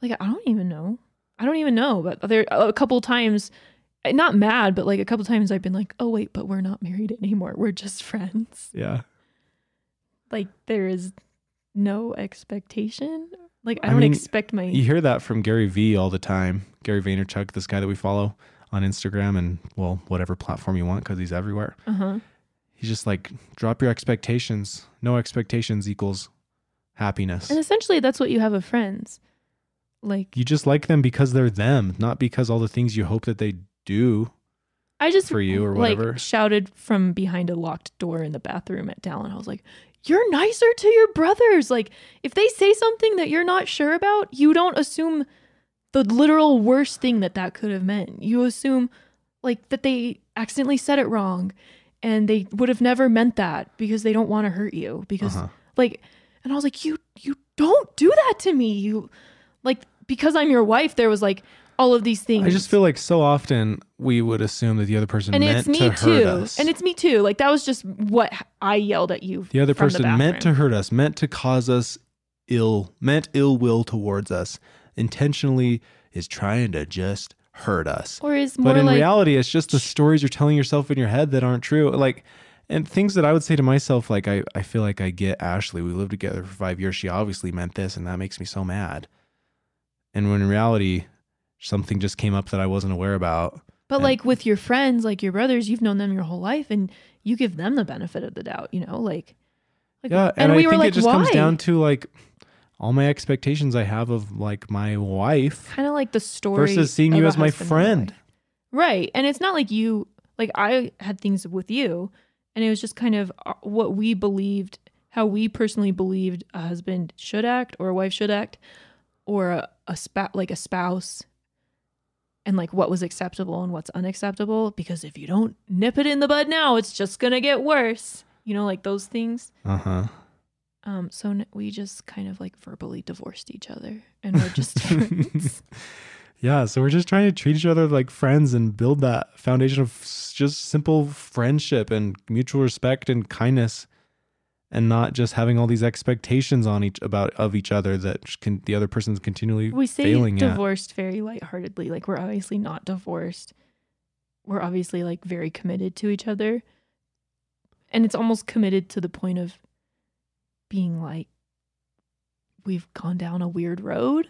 Speaker 2: like, I don't even know. I don't even know. But there, a couple times, eh, not mad, but like a couple times I've been like, oh, wait, but we're not married anymore. We're just friends.
Speaker 1: Yeah.
Speaker 2: Like, there is no expectation. Like, I
Speaker 1: I
Speaker 2: don't
Speaker 1: mean,
Speaker 2: expect my.
Speaker 1: You hear that from Gary Vee all the time. Gary Vaynerchuk, this guy that we follow on Instagram and well, whatever platform you want because he's everywhere.
Speaker 2: Uh huh.
Speaker 1: He's just like, drop your expectations. No expectations equals happiness.
Speaker 2: And essentially, that's what you have of friends. Like,
Speaker 1: You just like them because they're them, not because all the things you hope that they do.
Speaker 2: I just
Speaker 1: for you or whatever.
Speaker 2: Like, shouted from behind a locked door in the bathroom at Dallin. I was like, "You're nicer to your brothers. Like, if they say something that you're not sure about, you don't assume the literal worst thing that that could have meant. You assume like that they accidentally said it wrong, and they would have never meant that because they don't want to hurt you. Because
Speaker 1: Uh-huh.
Speaker 2: like, and I was like, you you don't do that to me. You like because I'm your wife. There was like all of these things.
Speaker 1: I just feel like so often we would assume that the other person
Speaker 2: and
Speaker 1: meant
Speaker 2: it's me
Speaker 1: to
Speaker 2: too
Speaker 1: hurt us.
Speaker 2: and it's me too like that was just what i yelled at you
Speaker 1: the other
Speaker 2: from
Speaker 1: person meant to
Speaker 2: bathroom.
Speaker 1: hurt us, meant to cause us ill, meant ill will towards us, intentionally is trying to just hurt us.
Speaker 2: or is more
Speaker 1: But in
Speaker 2: like
Speaker 1: reality, it's just the stories you're telling yourself in your head that aren't true. Like, and things that I would say to myself, like, I, I feel like I get Ashley. We lived together for five years. She obviously meant this, and that makes me so mad. And when in reality, something just came up that I wasn't aware about.
Speaker 2: but
Speaker 1: and-
Speaker 2: like with your friends like your brothers you've known them your whole life and you give them the benefit of the doubt you know like, like
Speaker 1: yeah, and,
Speaker 2: and, we
Speaker 1: I
Speaker 2: were
Speaker 1: think
Speaker 2: like
Speaker 1: it just
Speaker 2: why
Speaker 1: comes down to like all my expectations I have of like my wife
Speaker 2: kind of like the story
Speaker 1: versus seeing
Speaker 2: of
Speaker 1: you
Speaker 2: a
Speaker 1: as my
Speaker 2: husband and
Speaker 1: friend.
Speaker 2: wife. right and it's not like you like i had things with you and it was just kind of uh, what we believed how we personally believed a husband should act or a wife should act or a, a spa- like a spouse and like what was acceptable and what's unacceptable because if you don't nip it in the bud now it's just gonna get worse you know like those things
Speaker 1: Uh huh.
Speaker 2: um so n- we just kind of like verbally divorced each other and we're just friends
Speaker 1: Yeah, so we're just trying to treat each other like friends and build that foundation of s- just simple friendship and mutual respect and kindness, and not just having all these expectations on each about of each other that sh- can, the other person's continually
Speaker 2: we say
Speaker 1: failing
Speaker 2: divorced very lightheartedly. Like we're obviously not divorced. We're obviously like very committed to each other. And it's almost committed to the point of being like we've gone down a weird road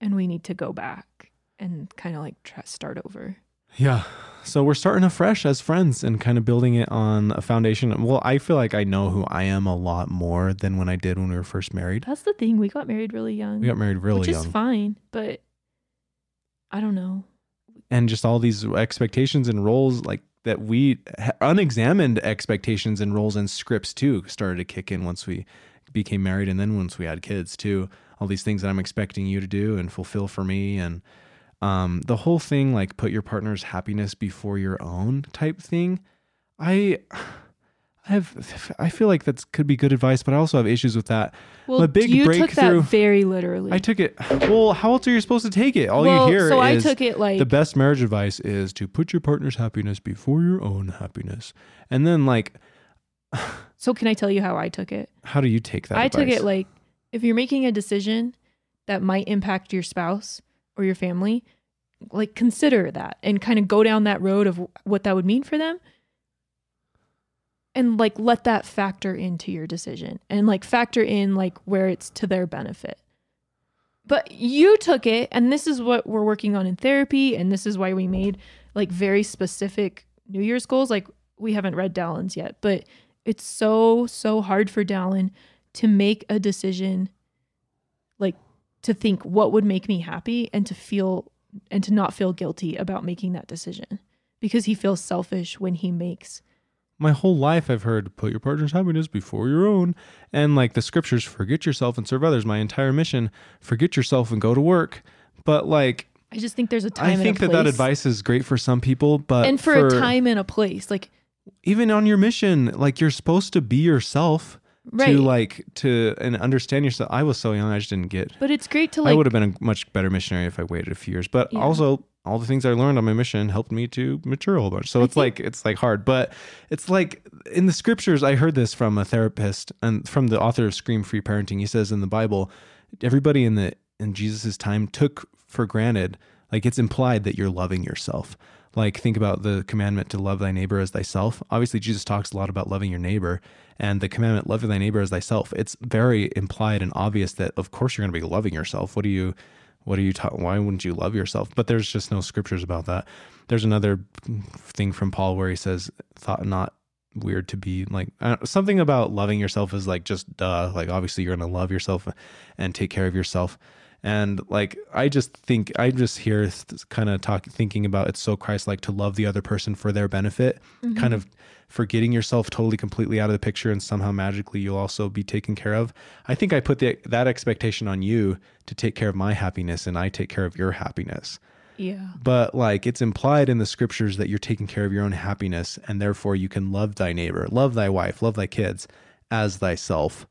Speaker 2: and we need to go back and kind of like try, start over.
Speaker 1: at. Yeah, so we're starting afresh as friends and kind of building it on a foundation. Well, I feel like I know who I am a lot more than when I did when we were first married.
Speaker 2: That's the thing. We got married really young.
Speaker 1: We got married really
Speaker 2: which
Speaker 1: young.
Speaker 2: is fine, but I don't know.
Speaker 1: and just all these expectations and roles like that we unexamined expectations and roles and scripts too started to kick in once we became married and then once we had kids too all these things that i'm expecting you to do and fulfill for me and um, the whole thing like put your partner's happiness before your own type thing i i have i feel like that could be good advice but i also have issues with that
Speaker 2: Well,
Speaker 1: my big
Speaker 2: you
Speaker 1: breakthrough
Speaker 2: took that very literally.
Speaker 1: I took it. Well, how else are you supposed to take it? All
Speaker 2: Mm. Well,
Speaker 1: you hear
Speaker 2: so I
Speaker 1: is
Speaker 2: took it like-
Speaker 1: the best marriage advice is to put your partner's happiness before your own happiness. And then, like,
Speaker 2: so can I tell you how I took it?
Speaker 1: how do you take that?
Speaker 2: I took
Speaker 1: advice?
Speaker 2: it like if you're making a decision that might impact your spouse or your family, like consider that and kind of go down that road of what that would mean for them and like let that factor into your decision and like factor in like where it's to their benefit but you took it and this is what we're working on in therapy and this is why we made like very specific new year's goals like we haven't read dallin's yet but it's so so hard for dallin to make a decision like to think what would make me happy and to feel and to not feel guilty about making that decision because he feels selfish when he makes
Speaker 1: My whole life I've heard put your partner's happiness before your own and like the scriptures forget yourself and serve others. My entire mission, forget yourself and go to work. But like
Speaker 2: I just think there's a time
Speaker 1: I
Speaker 2: and a
Speaker 1: think that that
Speaker 2: place.
Speaker 1: advice uh, is great for some people, but
Speaker 2: and for, a time and a place like
Speaker 1: even on your mission, like you're supposed to be yourself
Speaker 2: Right.
Speaker 1: to like to and understand yourself. I was so young, I just didn't get.
Speaker 2: but it's great to
Speaker 1: I
Speaker 2: like
Speaker 1: would have been a much better missionary if I waited a few years. But
Speaker 2: Yeah.
Speaker 1: also, all the things I learned on my mission helped me to mature a whole bunch. So it's like it's like hard, but it's like in the scriptures. I heard this from a therapist and from the author of Scream Free Parenting. He says in the Bible, everybody in the in Jesus's time took for granted, like it's implied that you're loving yourself. Like think about the commandment to love thy neighbor as thyself. Obviously, Jesus talks a lot about loving your neighbor, and the commandment love thy neighbor as thyself. It's very implied and obvious that of course you're going to be loving yourself. What do you what are you ta- why wouldn't you love yourself but there's just no scriptures about that there's another thing from paul where he says thought not weird to be like uh, something about loving yourself is like just duh like obviously you're gonna love yourself and take care of yourself and like i just think i just here kind of talk thinking about it's so christ-like to love the other person for their benefit kind of forgetting yourself totally completely out of the picture and somehow magically you'll also be taken care of i think i put the, that expectation on you to take care of my happiness and i take care of your happiness
Speaker 2: yeah
Speaker 1: but like it's implied in the scriptures that you're taking care of your own happiness and therefore you can love thy neighbor love thy wife love thy kids as thyself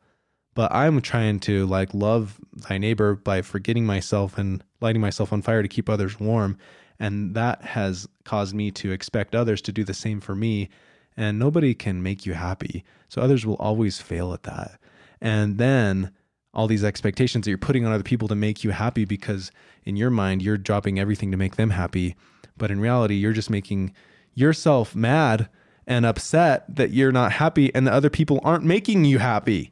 Speaker 1: but i'm trying to like love thy neighbor by forgetting myself and lighting myself on fire to keep others warm and that has caused me to expect others to do the same for me and nobody can make you happy so others will always fail at that and then all these expectations that you're putting on other people to make you happy because in your mind you're dropping everything to make them happy but in reality you're just making yourself mad and upset that you're not happy and the other people aren't making you happy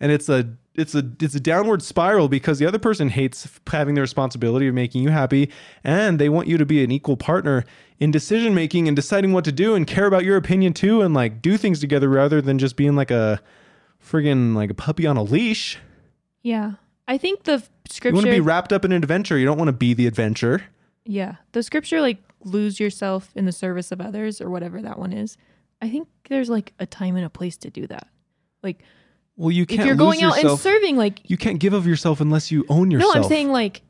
Speaker 1: and it's a it's a it's a downward spiral because the other person hates f- having the responsibility of making you happy and they want you to be an equal partner in decision making and deciding what to do and care about your opinion too and like do things together rather than just being like a friggin' like a puppy on a leash
Speaker 2: yeah i think the f-
Speaker 1: you want to
Speaker 2: scripture
Speaker 1: be wrapped up in an adventure. You don't want to be the adventure.
Speaker 2: yeah the scripture like lose yourself in the service of others or whatever that one is i think there's like a time and a place to do that like
Speaker 1: Well, you can't.
Speaker 2: if you're
Speaker 1: lose
Speaker 2: going out and
Speaker 1: yourself-
Speaker 2: serving like
Speaker 1: you can't give of yourself unless you own yourself.
Speaker 2: No, I'm saying like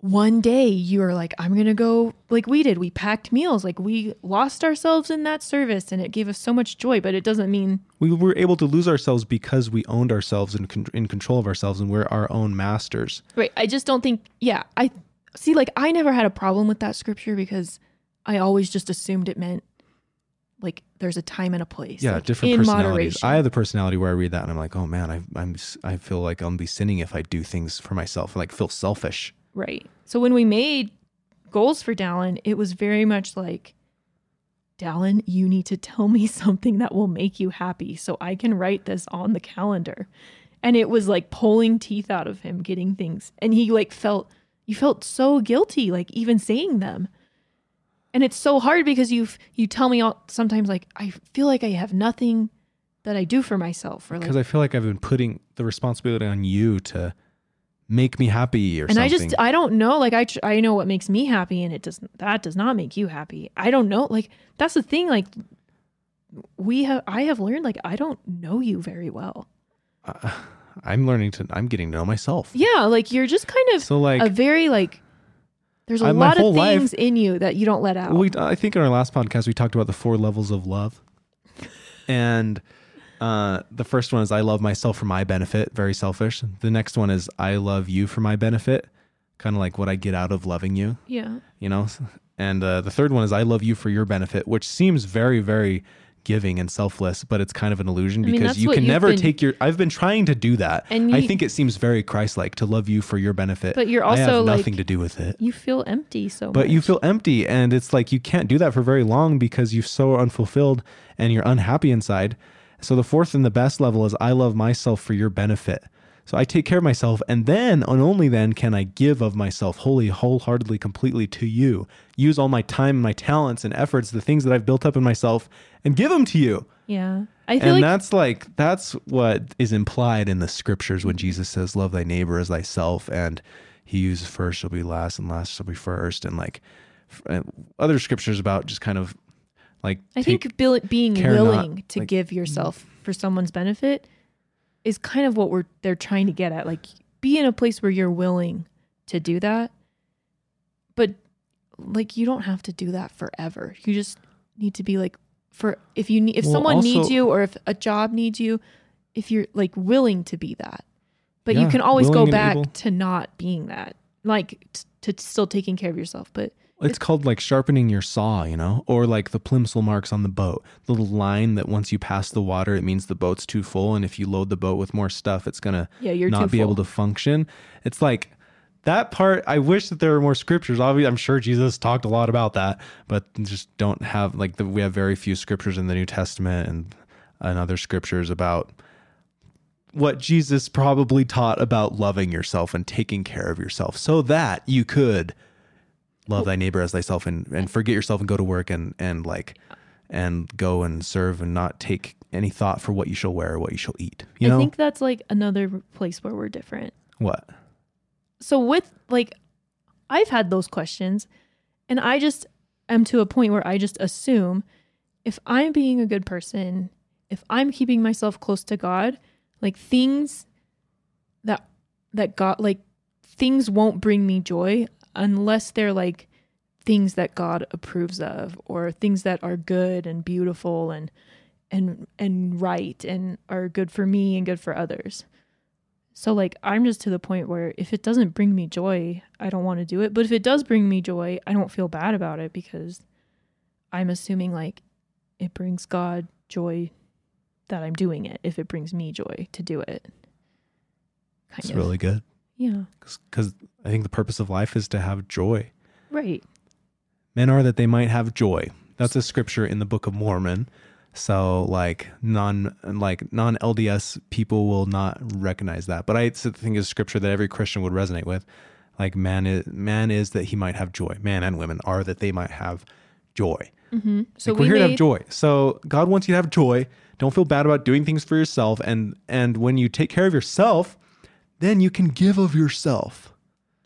Speaker 2: one day you're like, I'm gonna go like we did. We packed meals, like we lost ourselves in that service, and it gave us so much joy. But it doesn't mean
Speaker 1: we were able to lose ourselves because we owned ourselves and con- in control of ourselves, and we're our own masters.
Speaker 2: right. I just don't think. Yeah, I see. Like I never had a problem with that scripture because I always just assumed it meant like there's a time and a place.
Speaker 1: Yeah,
Speaker 2: like,
Speaker 1: different personalities.
Speaker 2: moderation.
Speaker 1: I have the personality where I read that and I'm like, oh man, I, I'm s- I feel like I'll be sinning if I do things for myself. I like feel selfish.
Speaker 2: Right. So when we made goals for Dallin, it was very much like, Dallin, you need to tell me something that will make you happy so I can write this on the calendar. And it was like pulling teeth out of him getting things. And he like felt, you felt so guilty, like even saying them. And it's so hard because you've, you tell me all, sometimes like, I feel like I have nothing that I do for myself. Or like,
Speaker 1: Because I feel like I've been putting the responsibility on you to make me happy or
Speaker 2: and
Speaker 1: something.
Speaker 2: I just I don't know. Like I tr- I know what makes me happy, and it does that does not make you happy. I don't know. Like that's the thing. Like we have I have learned like I don't know you very well. uh,
Speaker 1: I'm learning to. I'm getting to know myself.
Speaker 2: Yeah, like you're just kind of
Speaker 1: So, like-
Speaker 2: a very like there's a
Speaker 1: I- my
Speaker 2: lot of
Speaker 1: whole life-
Speaker 2: things in you that you don't let out.
Speaker 1: We, I think in our last podcast we talked about the four levels of love, and uh, the first one is I love myself for my benefit, very selfish. The next one is I love you for my benefit, kind of like what I get out of loving you,
Speaker 2: yeah,
Speaker 1: you know. And uh, the third one is I love you for your benefit, which seems very, very giving and selfless, but it's kind of an illusion
Speaker 2: I mean,
Speaker 1: because
Speaker 2: that's
Speaker 1: you
Speaker 2: what
Speaker 1: can
Speaker 2: you've
Speaker 1: never
Speaker 2: been-
Speaker 1: take your. I've been trying to do that.
Speaker 2: And
Speaker 1: I
Speaker 2: you-
Speaker 1: think it seems very Christ-like to love you for your benefit.
Speaker 2: But you're
Speaker 1: I
Speaker 2: also,
Speaker 1: have
Speaker 2: like-
Speaker 1: nothing to do with it.
Speaker 2: You feel empty so
Speaker 1: But
Speaker 2: much.
Speaker 1: you feel empty, and it's like you can't do that for very long because you're so unfulfilled and you're unhappy inside. So the fourth and the best level is I love myself for your benefit. So I take care of myself, and then and only then can I give of myself wholly, wholeheartedly, completely to you. Use all my time, my talents, and efforts, the things that I've built up in myself, and give them to you.
Speaker 2: yeah. I feel
Speaker 1: And
Speaker 2: like
Speaker 1: that's like that's what is implied in the scriptures when Jesus says, "Love thy neighbor as thyself," and he uses first shall be last, and last shall be first, and like f- and other scriptures about just kind of like
Speaker 2: I
Speaker 1: take-
Speaker 2: think bil- being
Speaker 1: care not,
Speaker 2: willing to
Speaker 1: like- mm.
Speaker 2: give yourself for someone's benefit is kind of what we're they're trying to get at. Like be in a place where you're willing to do that, but like you don't have to do that forever. You just need to be like for if you need if
Speaker 1: Well,
Speaker 2: someone needs
Speaker 1: also-
Speaker 2: you or if a job needs you, if you're like willing to be that, but you
Speaker 1: Yeah,
Speaker 2: can always go
Speaker 1: willing and
Speaker 2: back
Speaker 1: able.
Speaker 2: to not being that. Like t- to still taking care of yourself, but
Speaker 1: it's called like sharpening your saw, you know, or like the plimsoll marks on the boat, the little line that once you pass the water, it means the boat's too full, and if you load the boat with more stuff, it's gonna
Speaker 2: Yeah, you're
Speaker 1: not
Speaker 2: too
Speaker 1: be able to
Speaker 2: full.
Speaker 1: function. It's like that part. I wish that there were more scriptures. Obviously, I'm sure Jesus talked a lot about that, but just don't have like the, we have very few scriptures in the New Testament and and other scriptures about what Jesus probably taught about loving yourself and taking care of yourself so that you could love thy neighbor as thyself and, and forget yourself and go to work and, and like and go and serve and not take any thought for what you shall wear or what you shall eat. You know
Speaker 2: I think that's like another place where we're different.
Speaker 1: what?
Speaker 2: so with like i've had those questions and i just am to a point where i just assume if i'm being a good person if i'm keeping myself close to god like things that that god like things won't bring me joy unless they're like things that god approves of or things that are good and beautiful and and and right and are good for me and good for others so like I'm just to the point where if it doesn't bring me joy, I don't want to do it. But if it does bring me joy, I don't feel bad about it because I'm assuming like it brings God joy that I'm doing it. If it brings me joy to do it. Kind
Speaker 1: It's really good.
Speaker 2: Yeah.
Speaker 1: Because I think the purpose of life is to have joy.
Speaker 2: Right.
Speaker 1: Men are that they might have joy. That's a scripture in the Book of Mormon. So like non like non LDS people will not recognize that. But I s- think it's scripture that every Christian would resonate with. Like man is man is that he might have joy. Man and women are that they might have joy.
Speaker 2: So
Speaker 1: like we're
Speaker 2: we
Speaker 1: here to have
Speaker 2: made-
Speaker 1: joy. So God wants you to have joy. Don't feel bad about doing things for yourself. And and when you take care of yourself, then you can give of yourself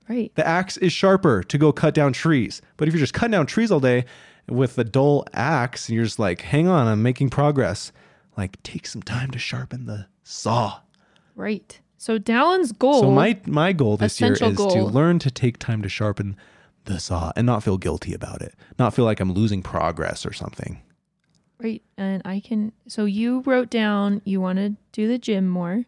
Speaker 2: Right.
Speaker 1: the axe is sharper to go cut down trees. But if you're just cutting down trees all day with a dull axe and you're just like, hang on, I'm making progress, like take some time to sharpen the saw.
Speaker 2: Right. So Dallin's goal.
Speaker 1: so my my goal this year
Speaker 2: Oh, essential
Speaker 1: is to
Speaker 2: goal.
Speaker 1: learn to take time to sharpen the saw and not feel guilty about it. Not feel like I'm losing progress or something.
Speaker 2: Right. And I can. So you wrote down you want to do the gym more,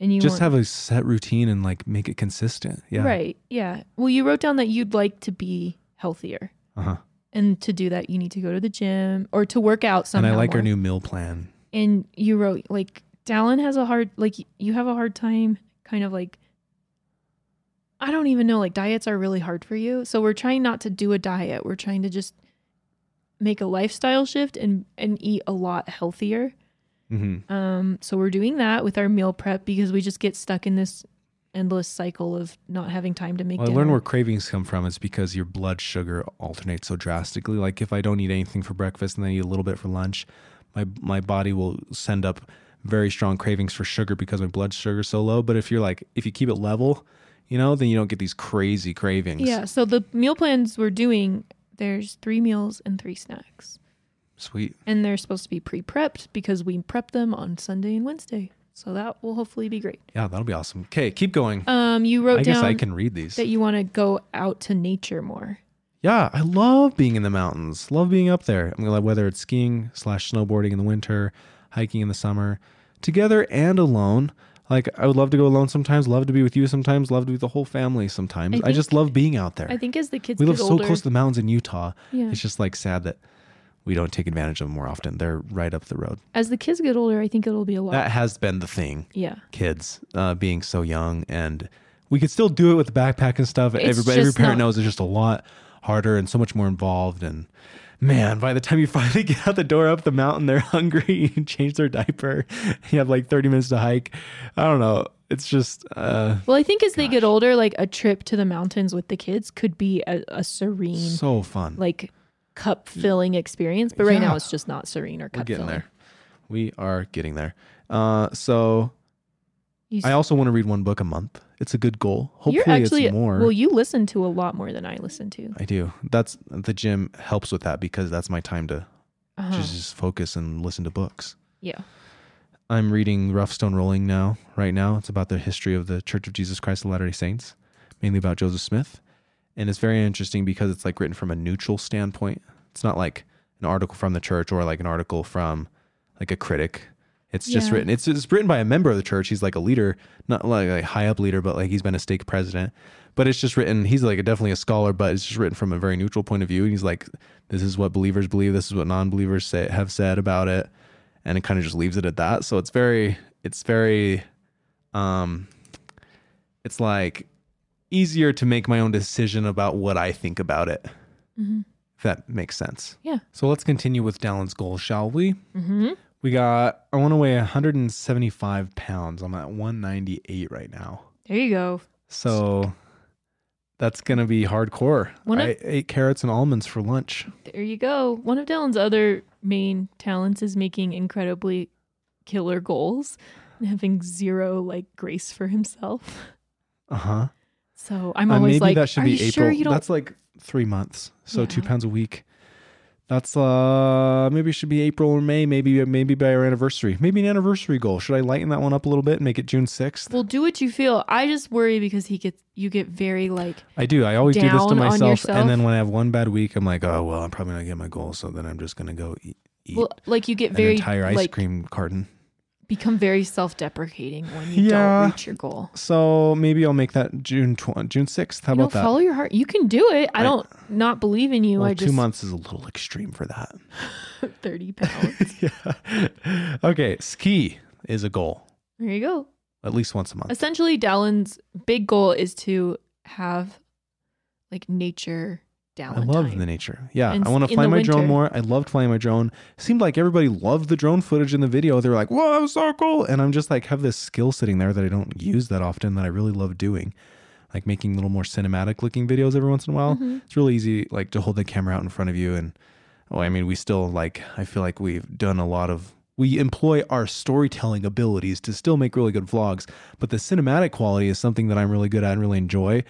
Speaker 2: and you
Speaker 1: just
Speaker 2: want,
Speaker 1: have a set routine and like make it consistent. Yeah.
Speaker 2: Right. Yeah. Well, you wrote down that you'd like to be healthier.
Speaker 1: Uh-huh.
Speaker 2: And to do that, you need to go to the gym or to work out
Speaker 1: And
Speaker 2: somehow.
Speaker 1: I like our
Speaker 2: more.
Speaker 1: new meal plan.
Speaker 2: And you wrote like Dallin has a hard like you have a hard time kind of like I don't even know like diets are really hard for you. So we're trying not to do a diet. We're trying to just make a lifestyle shift and and eat a lot healthier.
Speaker 1: Mhm.
Speaker 2: Um, so we're doing that with our meal prep because we just get stuck in this endless cycle of not having time to make.
Speaker 1: Well, I
Speaker 2: dinner.
Speaker 1: learned where cravings come from. It's because your blood sugar alternates so drastically. Like if I don't eat anything for breakfast and then eat a little bit for lunch, my my body will send up very strong cravings for sugar because my blood sugar's so low. But if you're like if you keep it level, you know, then you don't get these crazy cravings.
Speaker 2: Yeah. So the meal plans we're doing, there's three meals and three snacks.
Speaker 1: Sweet.
Speaker 2: And they're supposed to be pre prepped because we prep them on Sunday and Wednesday. So that will hopefully be great.
Speaker 1: Yeah, that'll be awesome. Okay, keep going.
Speaker 2: Um, you wrote
Speaker 1: I
Speaker 2: down
Speaker 1: guess I can read these.
Speaker 2: that you want to go out to nature more.
Speaker 1: Yeah, I love being in the mountains. Love being up there. I mean, whether it's skiing slash snowboarding in the winter, hiking in the summer, together and alone. Like I would love to go alone sometimes. Love to be with you sometimes. Love to be with the whole family sometimes. I,
Speaker 2: I think-
Speaker 1: just love being out there.
Speaker 2: I think as the kids
Speaker 1: we
Speaker 2: get
Speaker 1: live so
Speaker 2: older,
Speaker 1: close to the mountains in Utah.
Speaker 2: Yeah.
Speaker 1: It's just like sad that we don't take advantage of them more often. They're right up the road.
Speaker 2: As the kids get older, I think it'll be a lot.
Speaker 1: That has been the thing.
Speaker 2: yeah.
Speaker 1: Kids uh, being so young, and we could still do it with the backpack and stuff. Everybody, every
Speaker 2: just
Speaker 1: parent
Speaker 2: not-
Speaker 1: knows it's just a lot harder and so much more involved. And man, by the time you finally get out the door up the mountain, they're hungry. You change their diaper. You have like thirty minutes to hike. I don't know. It's just uh,
Speaker 2: Well, I think as they get older, like a trip to the mountains with the kids could be a, a serene,
Speaker 1: so fun.
Speaker 2: like cup filling experience. But right
Speaker 1: Yeah.
Speaker 2: now, it's just not serene or cup
Speaker 1: We're getting
Speaker 2: filling.
Speaker 1: there. We are getting there. Uh, so
Speaker 2: You,
Speaker 1: I also want to read one book a month. It's a good goal. Hopefully,
Speaker 2: you're actually
Speaker 1: it's more.
Speaker 2: well. You listen to a lot more than I listen to.
Speaker 1: I do. That's the gym helps with that because that's my time to
Speaker 2: Uh-huh.
Speaker 1: just, just focus and listen to books.
Speaker 2: Yeah.
Speaker 1: I'm reading Rough Stone Rolling now. Right now, it's about the history of the Church of Jesus Christ of Latter-day Saints, mainly about Joseph Smith, and it's very interesting because it's like written from a neutral standpoint. It's not like an article from the church or like an article from like a critic. It's just
Speaker 2: Yeah.
Speaker 1: written. It's it's written by a member of the church. He's like a leader, not like a high up leader, but like he's been a stake president. But it's just written. He's like a, definitely a scholar, but it's just written from a very neutral point of view. And he's like, this is what believers believe. This is what non-believers say, have said about it, and it kind of just leaves it at that. So it's very, it's very, um, it's like easier to make my own decision about what I think about it. If that makes sense.
Speaker 2: Mm-hmm. Yeah. Mm-hmm.
Speaker 1: So let's continue with Dallin's goal, shall we? We got, I want to weigh 175 pounds. I'm at 198 right now.
Speaker 2: There you go.
Speaker 1: So that's going to be hardcore.
Speaker 2: One of-
Speaker 1: I ate carrots and almonds for lunch.
Speaker 2: There you go. One of Dylan's other main talents is making incredibly killer goals and having zero like grace for himself.
Speaker 1: Uh huh.
Speaker 2: So I'm always
Speaker 1: Uh, maybe
Speaker 2: like,
Speaker 1: that should
Speaker 2: are
Speaker 1: be
Speaker 2: you
Speaker 1: April.
Speaker 2: sure you don't?
Speaker 1: That's like three months. So two
Speaker 2: Yeah.
Speaker 1: pounds a week. That's uh maybe it should be April or May, maybe maybe by our anniversary. Maybe an anniversary goal. Should I lighten that one up a little bit and make it June sixth?
Speaker 2: well, do what you feel. I just worry because he gets you get very like
Speaker 1: I do. I always do this to
Speaker 2: down on
Speaker 1: myself. And then
Speaker 2: yourself?
Speaker 1: when I have one bad week, I'm like, oh well, I'm probably not getting my goal, so then I'm just gonna go eat, eat
Speaker 2: well, like you get
Speaker 1: an
Speaker 2: very
Speaker 1: entire ice
Speaker 2: like
Speaker 1: cream carton.
Speaker 2: become very self-deprecating when you
Speaker 1: Yeah.
Speaker 2: don't reach your goal.
Speaker 1: So maybe I'll make that June tw- June sixth. How
Speaker 2: you know,
Speaker 1: about that?
Speaker 2: follow your heart. You can do it. I,
Speaker 1: I-
Speaker 2: don't not believe in you.
Speaker 1: well,
Speaker 2: I just
Speaker 1: two months is a little extreme for that.
Speaker 2: 30 pounds.
Speaker 1: yeah. Okay, ski is a goal
Speaker 2: there you go.
Speaker 1: at least once a month.
Speaker 2: essentially Dallin's big goal is to have like nature
Speaker 1: I
Speaker 2: Dallin.
Speaker 1: love
Speaker 2: time.
Speaker 1: the nature. Yeah,
Speaker 2: And
Speaker 1: I want
Speaker 2: s-
Speaker 1: to
Speaker 2: in
Speaker 1: fly
Speaker 2: the
Speaker 1: my drone
Speaker 2: winter.
Speaker 1: more. I loved flying my drone. Seemed like everybody loved the drone footage in the video. They were like, "Whoa, that was so cool!" And I'm just like, have this skill sitting there that I don't use that often that I really love doing, like making little more cinematic looking videos every once in
Speaker 2: Mm-hmm.
Speaker 1: a while. It's really easy, like to hold the camera out in front of you. And oh, I mean, we still like. I feel like we've done a lot of. We employ our storytelling abilities to still make really good vlogs, but the cinematic quality is something that I'm really good at and really enjoy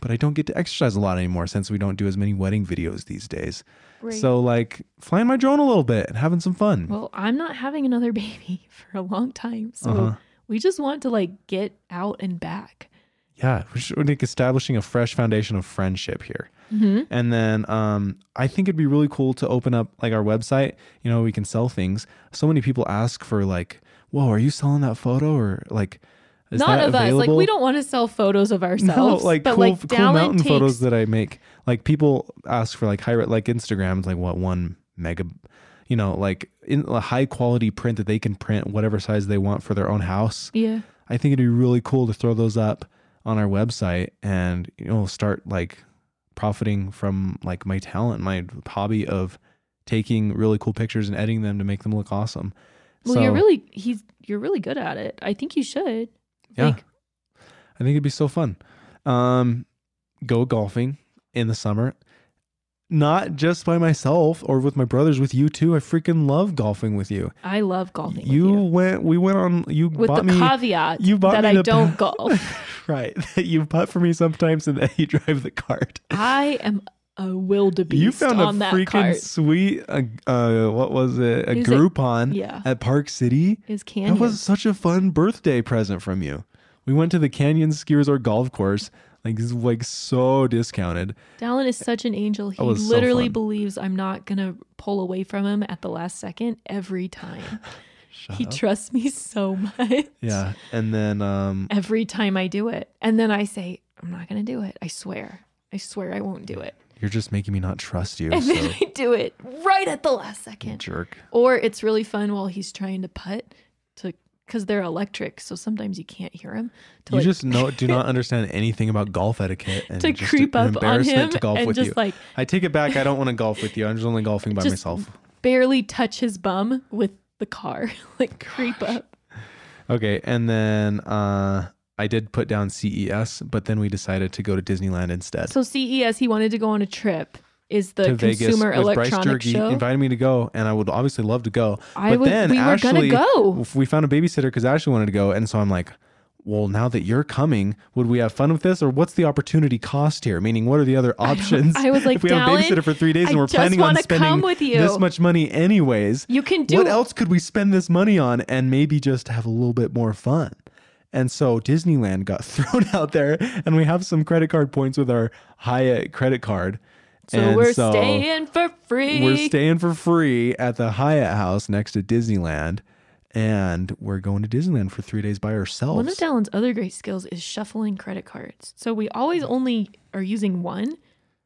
Speaker 1: but I don't get to exercise a lot anymore since we don't do as many wedding videos these days.
Speaker 2: Right.
Speaker 1: So like flying my drone a little bit and having some fun.
Speaker 2: well, I'm not having another baby for a long time, so
Speaker 1: Uh-huh.
Speaker 2: we just want to like get out and back.
Speaker 1: yeah, we're just- we're like establishing a fresh foundation of friendship here.
Speaker 2: Mm-hmm.
Speaker 1: And then um, I think it'd be really cool to open up like our website. You know, we can sell things. So many people ask for like, "Whoa, are you selling that photo?" Or like, "Is
Speaker 2: not
Speaker 1: that
Speaker 2: of
Speaker 1: available?
Speaker 2: us. Like we don't want to sell photos of ourselves,
Speaker 1: No, like
Speaker 2: but
Speaker 1: cool,
Speaker 2: like
Speaker 1: cool
Speaker 2: Dallin
Speaker 1: mountain
Speaker 2: takes,
Speaker 1: photos that I make. Like people ask for like high re- like Instagram is like what one mega, you know, like in a high quality print that they can print whatever size they want for their own house.
Speaker 2: Yeah.
Speaker 1: I think it'd be really cool to throw those up on our website and you know start like profiting from like my talent, my hobby of taking really cool pictures and editing them to make them look awesome.
Speaker 2: Well,
Speaker 1: So,
Speaker 2: you're really he's you're really good at it. I think you should.
Speaker 1: Yeah.
Speaker 2: Like,
Speaker 1: I think it'd be so fun. Um, go golfing in the summer, not just by myself or with my brothers, with you too. I freaking love golfing with you.
Speaker 2: I love golfing.
Speaker 1: You,
Speaker 2: with, you.
Speaker 1: went, we went on. You
Speaker 2: with the
Speaker 1: bought me
Speaker 2: caveat
Speaker 1: you bought
Speaker 2: that
Speaker 1: me
Speaker 2: I
Speaker 1: the-
Speaker 2: don't golf.
Speaker 1: right that you putt for me sometimes, and that you drive the cart.
Speaker 2: I am a wildebeest.
Speaker 1: You found a
Speaker 2: on that
Speaker 1: freaking
Speaker 2: cart.
Speaker 1: sweet, uh, uh, what was it? A
Speaker 2: It was a-
Speaker 1: Groupon
Speaker 2: yeah.
Speaker 1: at Park City.
Speaker 2: is
Speaker 1: That
Speaker 2: canyon.
Speaker 1: was such a fun birthday present from you. We went to the Canyon Ski Resort golf course. Like this is like so discounted.
Speaker 2: Dallin is such an angel. He
Speaker 1: was so
Speaker 2: literally
Speaker 1: fun.
Speaker 2: believes I'm not gonna pull away from him at the last second every time. he trusts me so much.
Speaker 1: Yeah. And then um
Speaker 2: Every time I do it, and then I say I'm not gonna do it. I swear. I swear I won't do it.
Speaker 1: You're just making me not trust you.
Speaker 2: and
Speaker 1: So
Speaker 2: then I do it right at the last second.
Speaker 1: jerk.
Speaker 2: Or it's really fun while he's trying to putt to because they're electric, so sometimes you can't hear him. To
Speaker 1: You
Speaker 2: like,
Speaker 1: just know do not understand anything about golf etiquette and
Speaker 2: To
Speaker 1: just
Speaker 2: creep
Speaker 1: an
Speaker 2: up on
Speaker 1: embarrassment
Speaker 2: him
Speaker 1: to golf
Speaker 2: and
Speaker 1: with
Speaker 2: just,
Speaker 1: you.
Speaker 2: like-
Speaker 1: I take it back. I don't want to golf with you. I'm just only golfing by
Speaker 2: Just-
Speaker 1: myself.
Speaker 2: barely touch his bum with the car, like creep up.
Speaker 1: Okay, and then uh, I did put down CES, but then we decided to go to Disneyland instead.
Speaker 2: So CES, he wanted to go on a trip. Is the
Speaker 1: to
Speaker 2: consumer
Speaker 1: with Bryce
Speaker 2: electronic
Speaker 1: Jerky,
Speaker 2: show?
Speaker 1: invited me to go, and I would obviously love to go.
Speaker 2: I
Speaker 1: but
Speaker 2: would-
Speaker 1: then
Speaker 2: we were gonna
Speaker 1: Ashley-
Speaker 2: go.
Speaker 1: We found a babysitter because Ashley wanted to go, and so I'm like, well, now that you're coming, would we have fun with this, or what's the opportunity cost here? Meaning, what are the other options?
Speaker 2: I was like,
Speaker 1: if we have a
Speaker 2: "Dallin,
Speaker 1: babysitter for three days,
Speaker 2: I
Speaker 1: and we're
Speaker 2: just
Speaker 1: planning on
Speaker 2: wanna come
Speaker 1: spending
Speaker 2: with you."
Speaker 1: this much money anyways,
Speaker 2: You can do
Speaker 1: what else could we spend this money on and maybe just have a little bit more fun? And so Disneyland got thrown out there, and we have some credit card points with our Hyatt credit card.
Speaker 2: So
Speaker 1: And
Speaker 2: we're staying for free.
Speaker 1: We're staying for free at the Hyatt House next to Disneyland, and we're going to Disneyland for three days by ourselves.
Speaker 2: One of Dallin's other great skills is shuffling credit cards. So we always
Speaker 1: Mm.
Speaker 2: only are using one,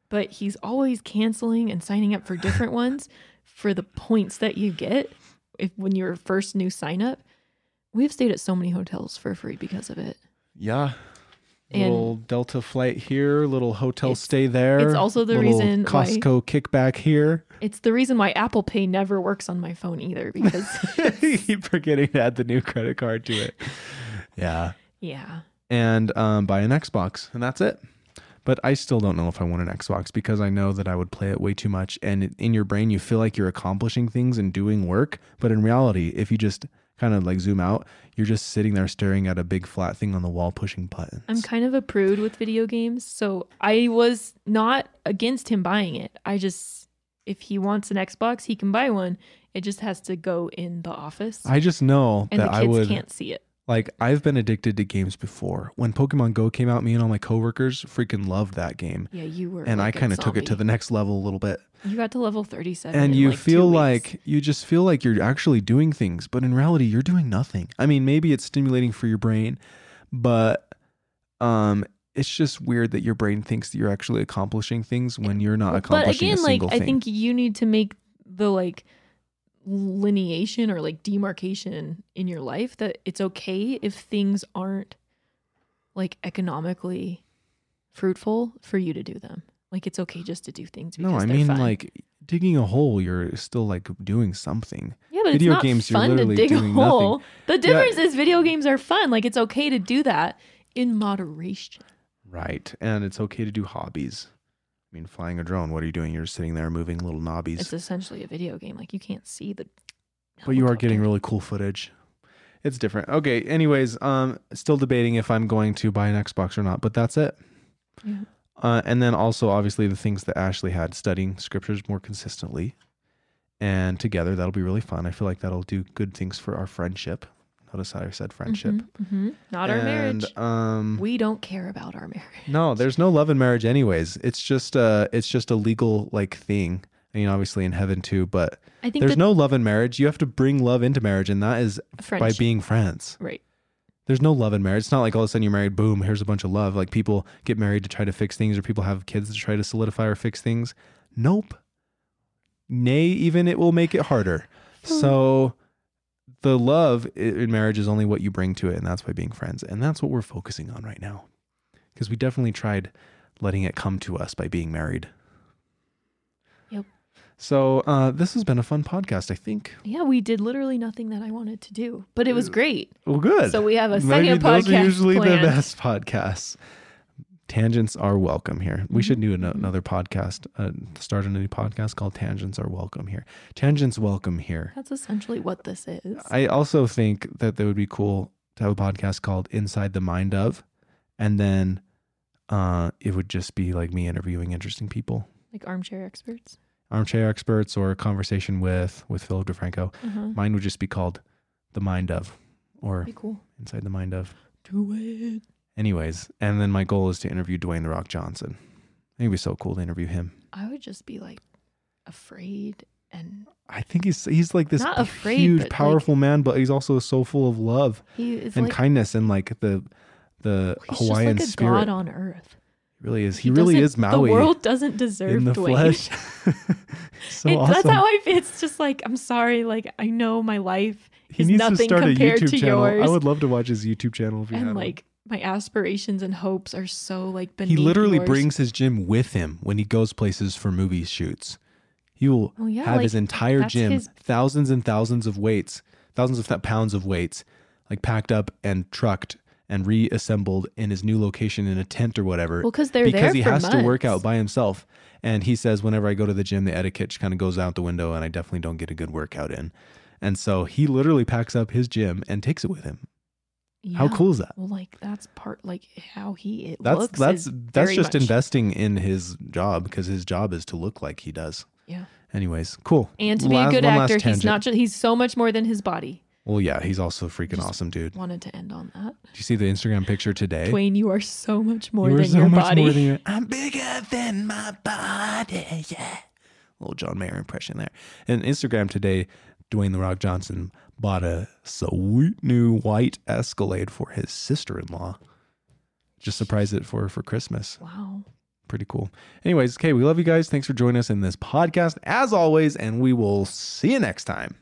Speaker 2: but he's always canceling and signing up for different ones for the points that you get if when you're first new sign up. We've stayed at so many hotels for free because of it.
Speaker 1: yeah.
Speaker 2: And-
Speaker 1: little Delta flight here, little hotel
Speaker 2: It's-
Speaker 1: stay there.
Speaker 2: it's also the
Speaker 1: little
Speaker 2: reason why-
Speaker 1: Costco kickback here.
Speaker 2: It's the reason why Apple Pay never works on my phone either because
Speaker 1: Keep forgetting to add the new credit card to it. Yeah.
Speaker 2: yeah.
Speaker 1: and um, buy an Xbox, and that's it. But I still don't know if I want an Xbox because I know that I would play it way too much. And it- in your brain, you feel like you're accomplishing things and doing work. But in reality, if you just kind of like zoom out, you're just sitting there staring at a big flat thing on the wall pushing buttons.
Speaker 2: I'm kind of a prude with video games, so I was not against him buying it. I just, if he wants an Xbox, he can buy one. It just has to go in the office,
Speaker 1: I just know
Speaker 2: and the
Speaker 1: that
Speaker 2: kids
Speaker 1: I would
Speaker 2: can't see it.
Speaker 1: like I've been addicted to games before. When Pokemon Go came out, me and all my coworkers freaking loved that game.
Speaker 2: Yeah, you were.
Speaker 1: And
Speaker 2: like
Speaker 1: I
Speaker 2: a
Speaker 1: kind of took it to the
Speaker 2: zombie.
Speaker 1: next level a little bit.
Speaker 2: You got to level 37,
Speaker 1: and
Speaker 2: in,
Speaker 1: you
Speaker 2: like, two
Speaker 1: feel
Speaker 2: weeks.
Speaker 1: like you just feel like you're actually doing things but in reality you're doing nothing i mean maybe it's stimulating for your brain but um it's just weird that your brain thinks that you're actually accomplishing things when you're not
Speaker 2: but
Speaker 1: uh, accomplishing
Speaker 2: again,
Speaker 1: a
Speaker 2: like
Speaker 1: single
Speaker 2: I
Speaker 1: thing
Speaker 2: think you need to make the like lineation or like demarcation in your life that it's okay if things aren't like economically fruitful for you to do them. Like it's okay just to do things. Because
Speaker 1: no i
Speaker 2: they're
Speaker 1: mean
Speaker 2: fun.
Speaker 1: like digging a hole you're still like doing something
Speaker 2: yeah, but
Speaker 1: video
Speaker 2: it's not
Speaker 1: games, you're
Speaker 2: fun to
Speaker 1: literally
Speaker 2: dig a
Speaker 1: doing
Speaker 2: hole. The
Speaker 1: Yeah.
Speaker 2: difference is video games are fun. Like it's okay to do that in moderation.
Speaker 1: right and it's okay to do hobbies i mean flying a drone what are you doing you're sitting there moving little knobbies
Speaker 2: It's essentially a video game. Like you can't see the.
Speaker 1: But you are getting
Speaker 2: helicopter.
Speaker 1: really cool footage. It's different. Okay. Anyways, um, still debating if I'm going to buy an Xbox or not, but that's it.
Speaker 2: Yeah.
Speaker 1: Uh, and then also obviously the things that Ashley had studying scriptures more consistently, and together that'll be really fun. I feel like that'll do good things for our friendship. Notice how I said friendship.
Speaker 2: Mhm, mhm. Not our
Speaker 1: and,
Speaker 2: marriage.
Speaker 1: Um,
Speaker 2: We don't care about our marriage.
Speaker 1: no, there's no love in marriage, anyways. It's just uh, it's just a legal like thing. I mean, obviously in heaven too, but
Speaker 2: I think
Speaker 1: there's
Speaker 2: that-
Speaker 1: no love in marriage. You have to bring love into marriage, and that is by
Speaker 2: Friendship.
Speaker 1: being friends.
Speaker 2: right.
Speaker 1: There's no love in marriage. It's not like all of a sudden you're married, boom, here's a bunch of love. Like people get married to try to fix things, or people have kids to try to solidify or fix things. Nope. Nay, even it will make it harder.
Speaker 2: Hmm. Um,
Speaker 1: So the love i- in marriage is only what you bring to it, and that's by being friends. And that's what we're focusing on right now. Because we definitely tried letting it come to us by being married.
Speaker 2: Yep.
Speaker 1: So uh, this has been a fun podcast, I think.
Speaker 2: Yeah, we did literally nothing that I wanted to do, but it was great.
Speaker 1: Well, good.
Speaker 2: So we have a
Speaker 1: Maybe
Speaker 2: second
Speaker 1: those are
Speaker 2: podcast
Speaker 1: usually
Speaker 2: planned.
Speaker 1: the best podcasts. Tangents are welcome here. We should do an- another podcast, uh, start a new podcast called Tangents Are Welcome Here. Tangents Welcome Here.
Speaker 2: That's essentially what this is.
Speaker 1: I also think that that would be cool to have a podcast called Inside the Mind of, and then uh, it would just be like me interviewing interesting people,
Speaker 2: like armchair experts.
Speaker 1: armchair experts, or a conversation with with Philip DeFranco.
Speaker 2: Uh-huh.
Speaker 1: Mine would just be called The Mind of, or
Speaker 2: Be cool.
Speaker 1: Inside the Mind of.
Speaker 2: Do it.
Speaker 1: Anyways, and then my goal is to interview Dwayne the Rock Johnson. I think it'd be so cool to interview him.
Speaker 2: I would just be like afraid and
Speaker 1: I think he's he's like this
Speaker 2: Not
Speaker 1: big,
Speaker 2: afraid,
Speaker 1: huge,
Speaker 2: but,
Speaker 1: powerful man, but he's also so full of love
Speaker 2: he is
Speaker 1: and
Speaker 2: like
Speaker 1: kindness and like the the
Speaker 2: he's
Speaker 1: Hawaiian
Speaker 2: just like a
Speaker 1: spirit.
Speaker 2: god on earth.
Speaker 1: really is. He, really
Speaker 2: doesn't-
Speaker 1: is Maui
Speaker 2: The world doesn't deserve
Speaker 1: in the
Speaker 2: Dwayne.
Speaker 1: flesh. so
Speaker 2: It-
Speaker 1: awesome.
Speaker 2: That's how I feel. It's just like I'm sorry. Like I know my life
Speaker 1: he
Speaker 2: is
Speaker 1: needs
Speaker 2: nothing
Speaker 1: to start a
Speaker 2: compared
Speaker 1: YouTube
Speaker 2: to
Speaker 1: channel.
Speaker 2: yours,
Speaker 1: I would love to watch his YouTube channel if you
Speaker 2: and
Speaker 1: have
Speaker 2: like my aspirations and hopes are so like
Speaker 1: one.
Speaker 2: beneath.
Speaker 1: He literally
Speaker 2: yours.
Speaker 1: brings his gym with him when he goes places for movie shoots. He will
Speaker 2: Well, Oh, yeah,
Speaker 1: have his
Speaker 2: like,
Speaker 1: entire
Speaker 2: that's
Speaker 1: gym,
Speaker 2: his-
Speaker 1: thousands and thousands of weights, thousands of th- pounds of weights, like packed up and trucked and reassembled in his new location in a tent or whatever.
Speaker 2: Well, 'cause they're
Speaker 1: because
Speaker 2: there
Speaker 1: he
Speaker 2: for
Speaker 1: has to work
Speaker 2: months.
Speaker 1: out by himself. And he says, whenever I go to the gym, the etiquette kind of goes out the window, and I definitely don't get a good workout in. And so he literally packs up his gym and takes it with him. How
Speaker 2: Yeah.
Speaker 1: cool is that?
Speaker 2: Well, like that's part like how he it
Speaker 1: That's
Speaker 2: looks.
Speaker 1: that's
Speaker 2: is
Speaker 1: that's
Speaker 2: very
Speaker 1: just
Speaker 2: much-
Speaker 1: investing in his job because his job is to look like he does.
Speaker 2: Yeah,
Speaker 1: Anyways, cool.
Speaker 2: and to be
Speaker 1: La-
Speaker 2: a good
Speaker 1: one last
Speaker 2: actor, he's
Speaker 1: tangent.
Speaker 2: not. Just, he's so much more than his body.
Speaker 1: Well, yeah, he's also a freaking awesome dude.
Speaker 2: Wanted to end on that.
Speaker 1: Did you see the Instagram picture today?
Speaker 2: Dwayne, you are so much more
Speaker 1: you were
Speaker 2: than
Speaker 1: so
Speaker 2: your
Speaker 1: much
Speaker 2: body.
Speaker 1: more than your. I'm bigger than my body. Yeah, little John Mayer impression there. And Instagram today, Dwayne the Rock Johnson bought a sweet new white Escalade for his sister-in-law. Just surprised it for her for Christmas.
Speaker 2: wow.
Speaker 1: Pretty cool. Anyways, okay, we love you guys. Thanks for joining us in this podcast as always, and we will see you next time.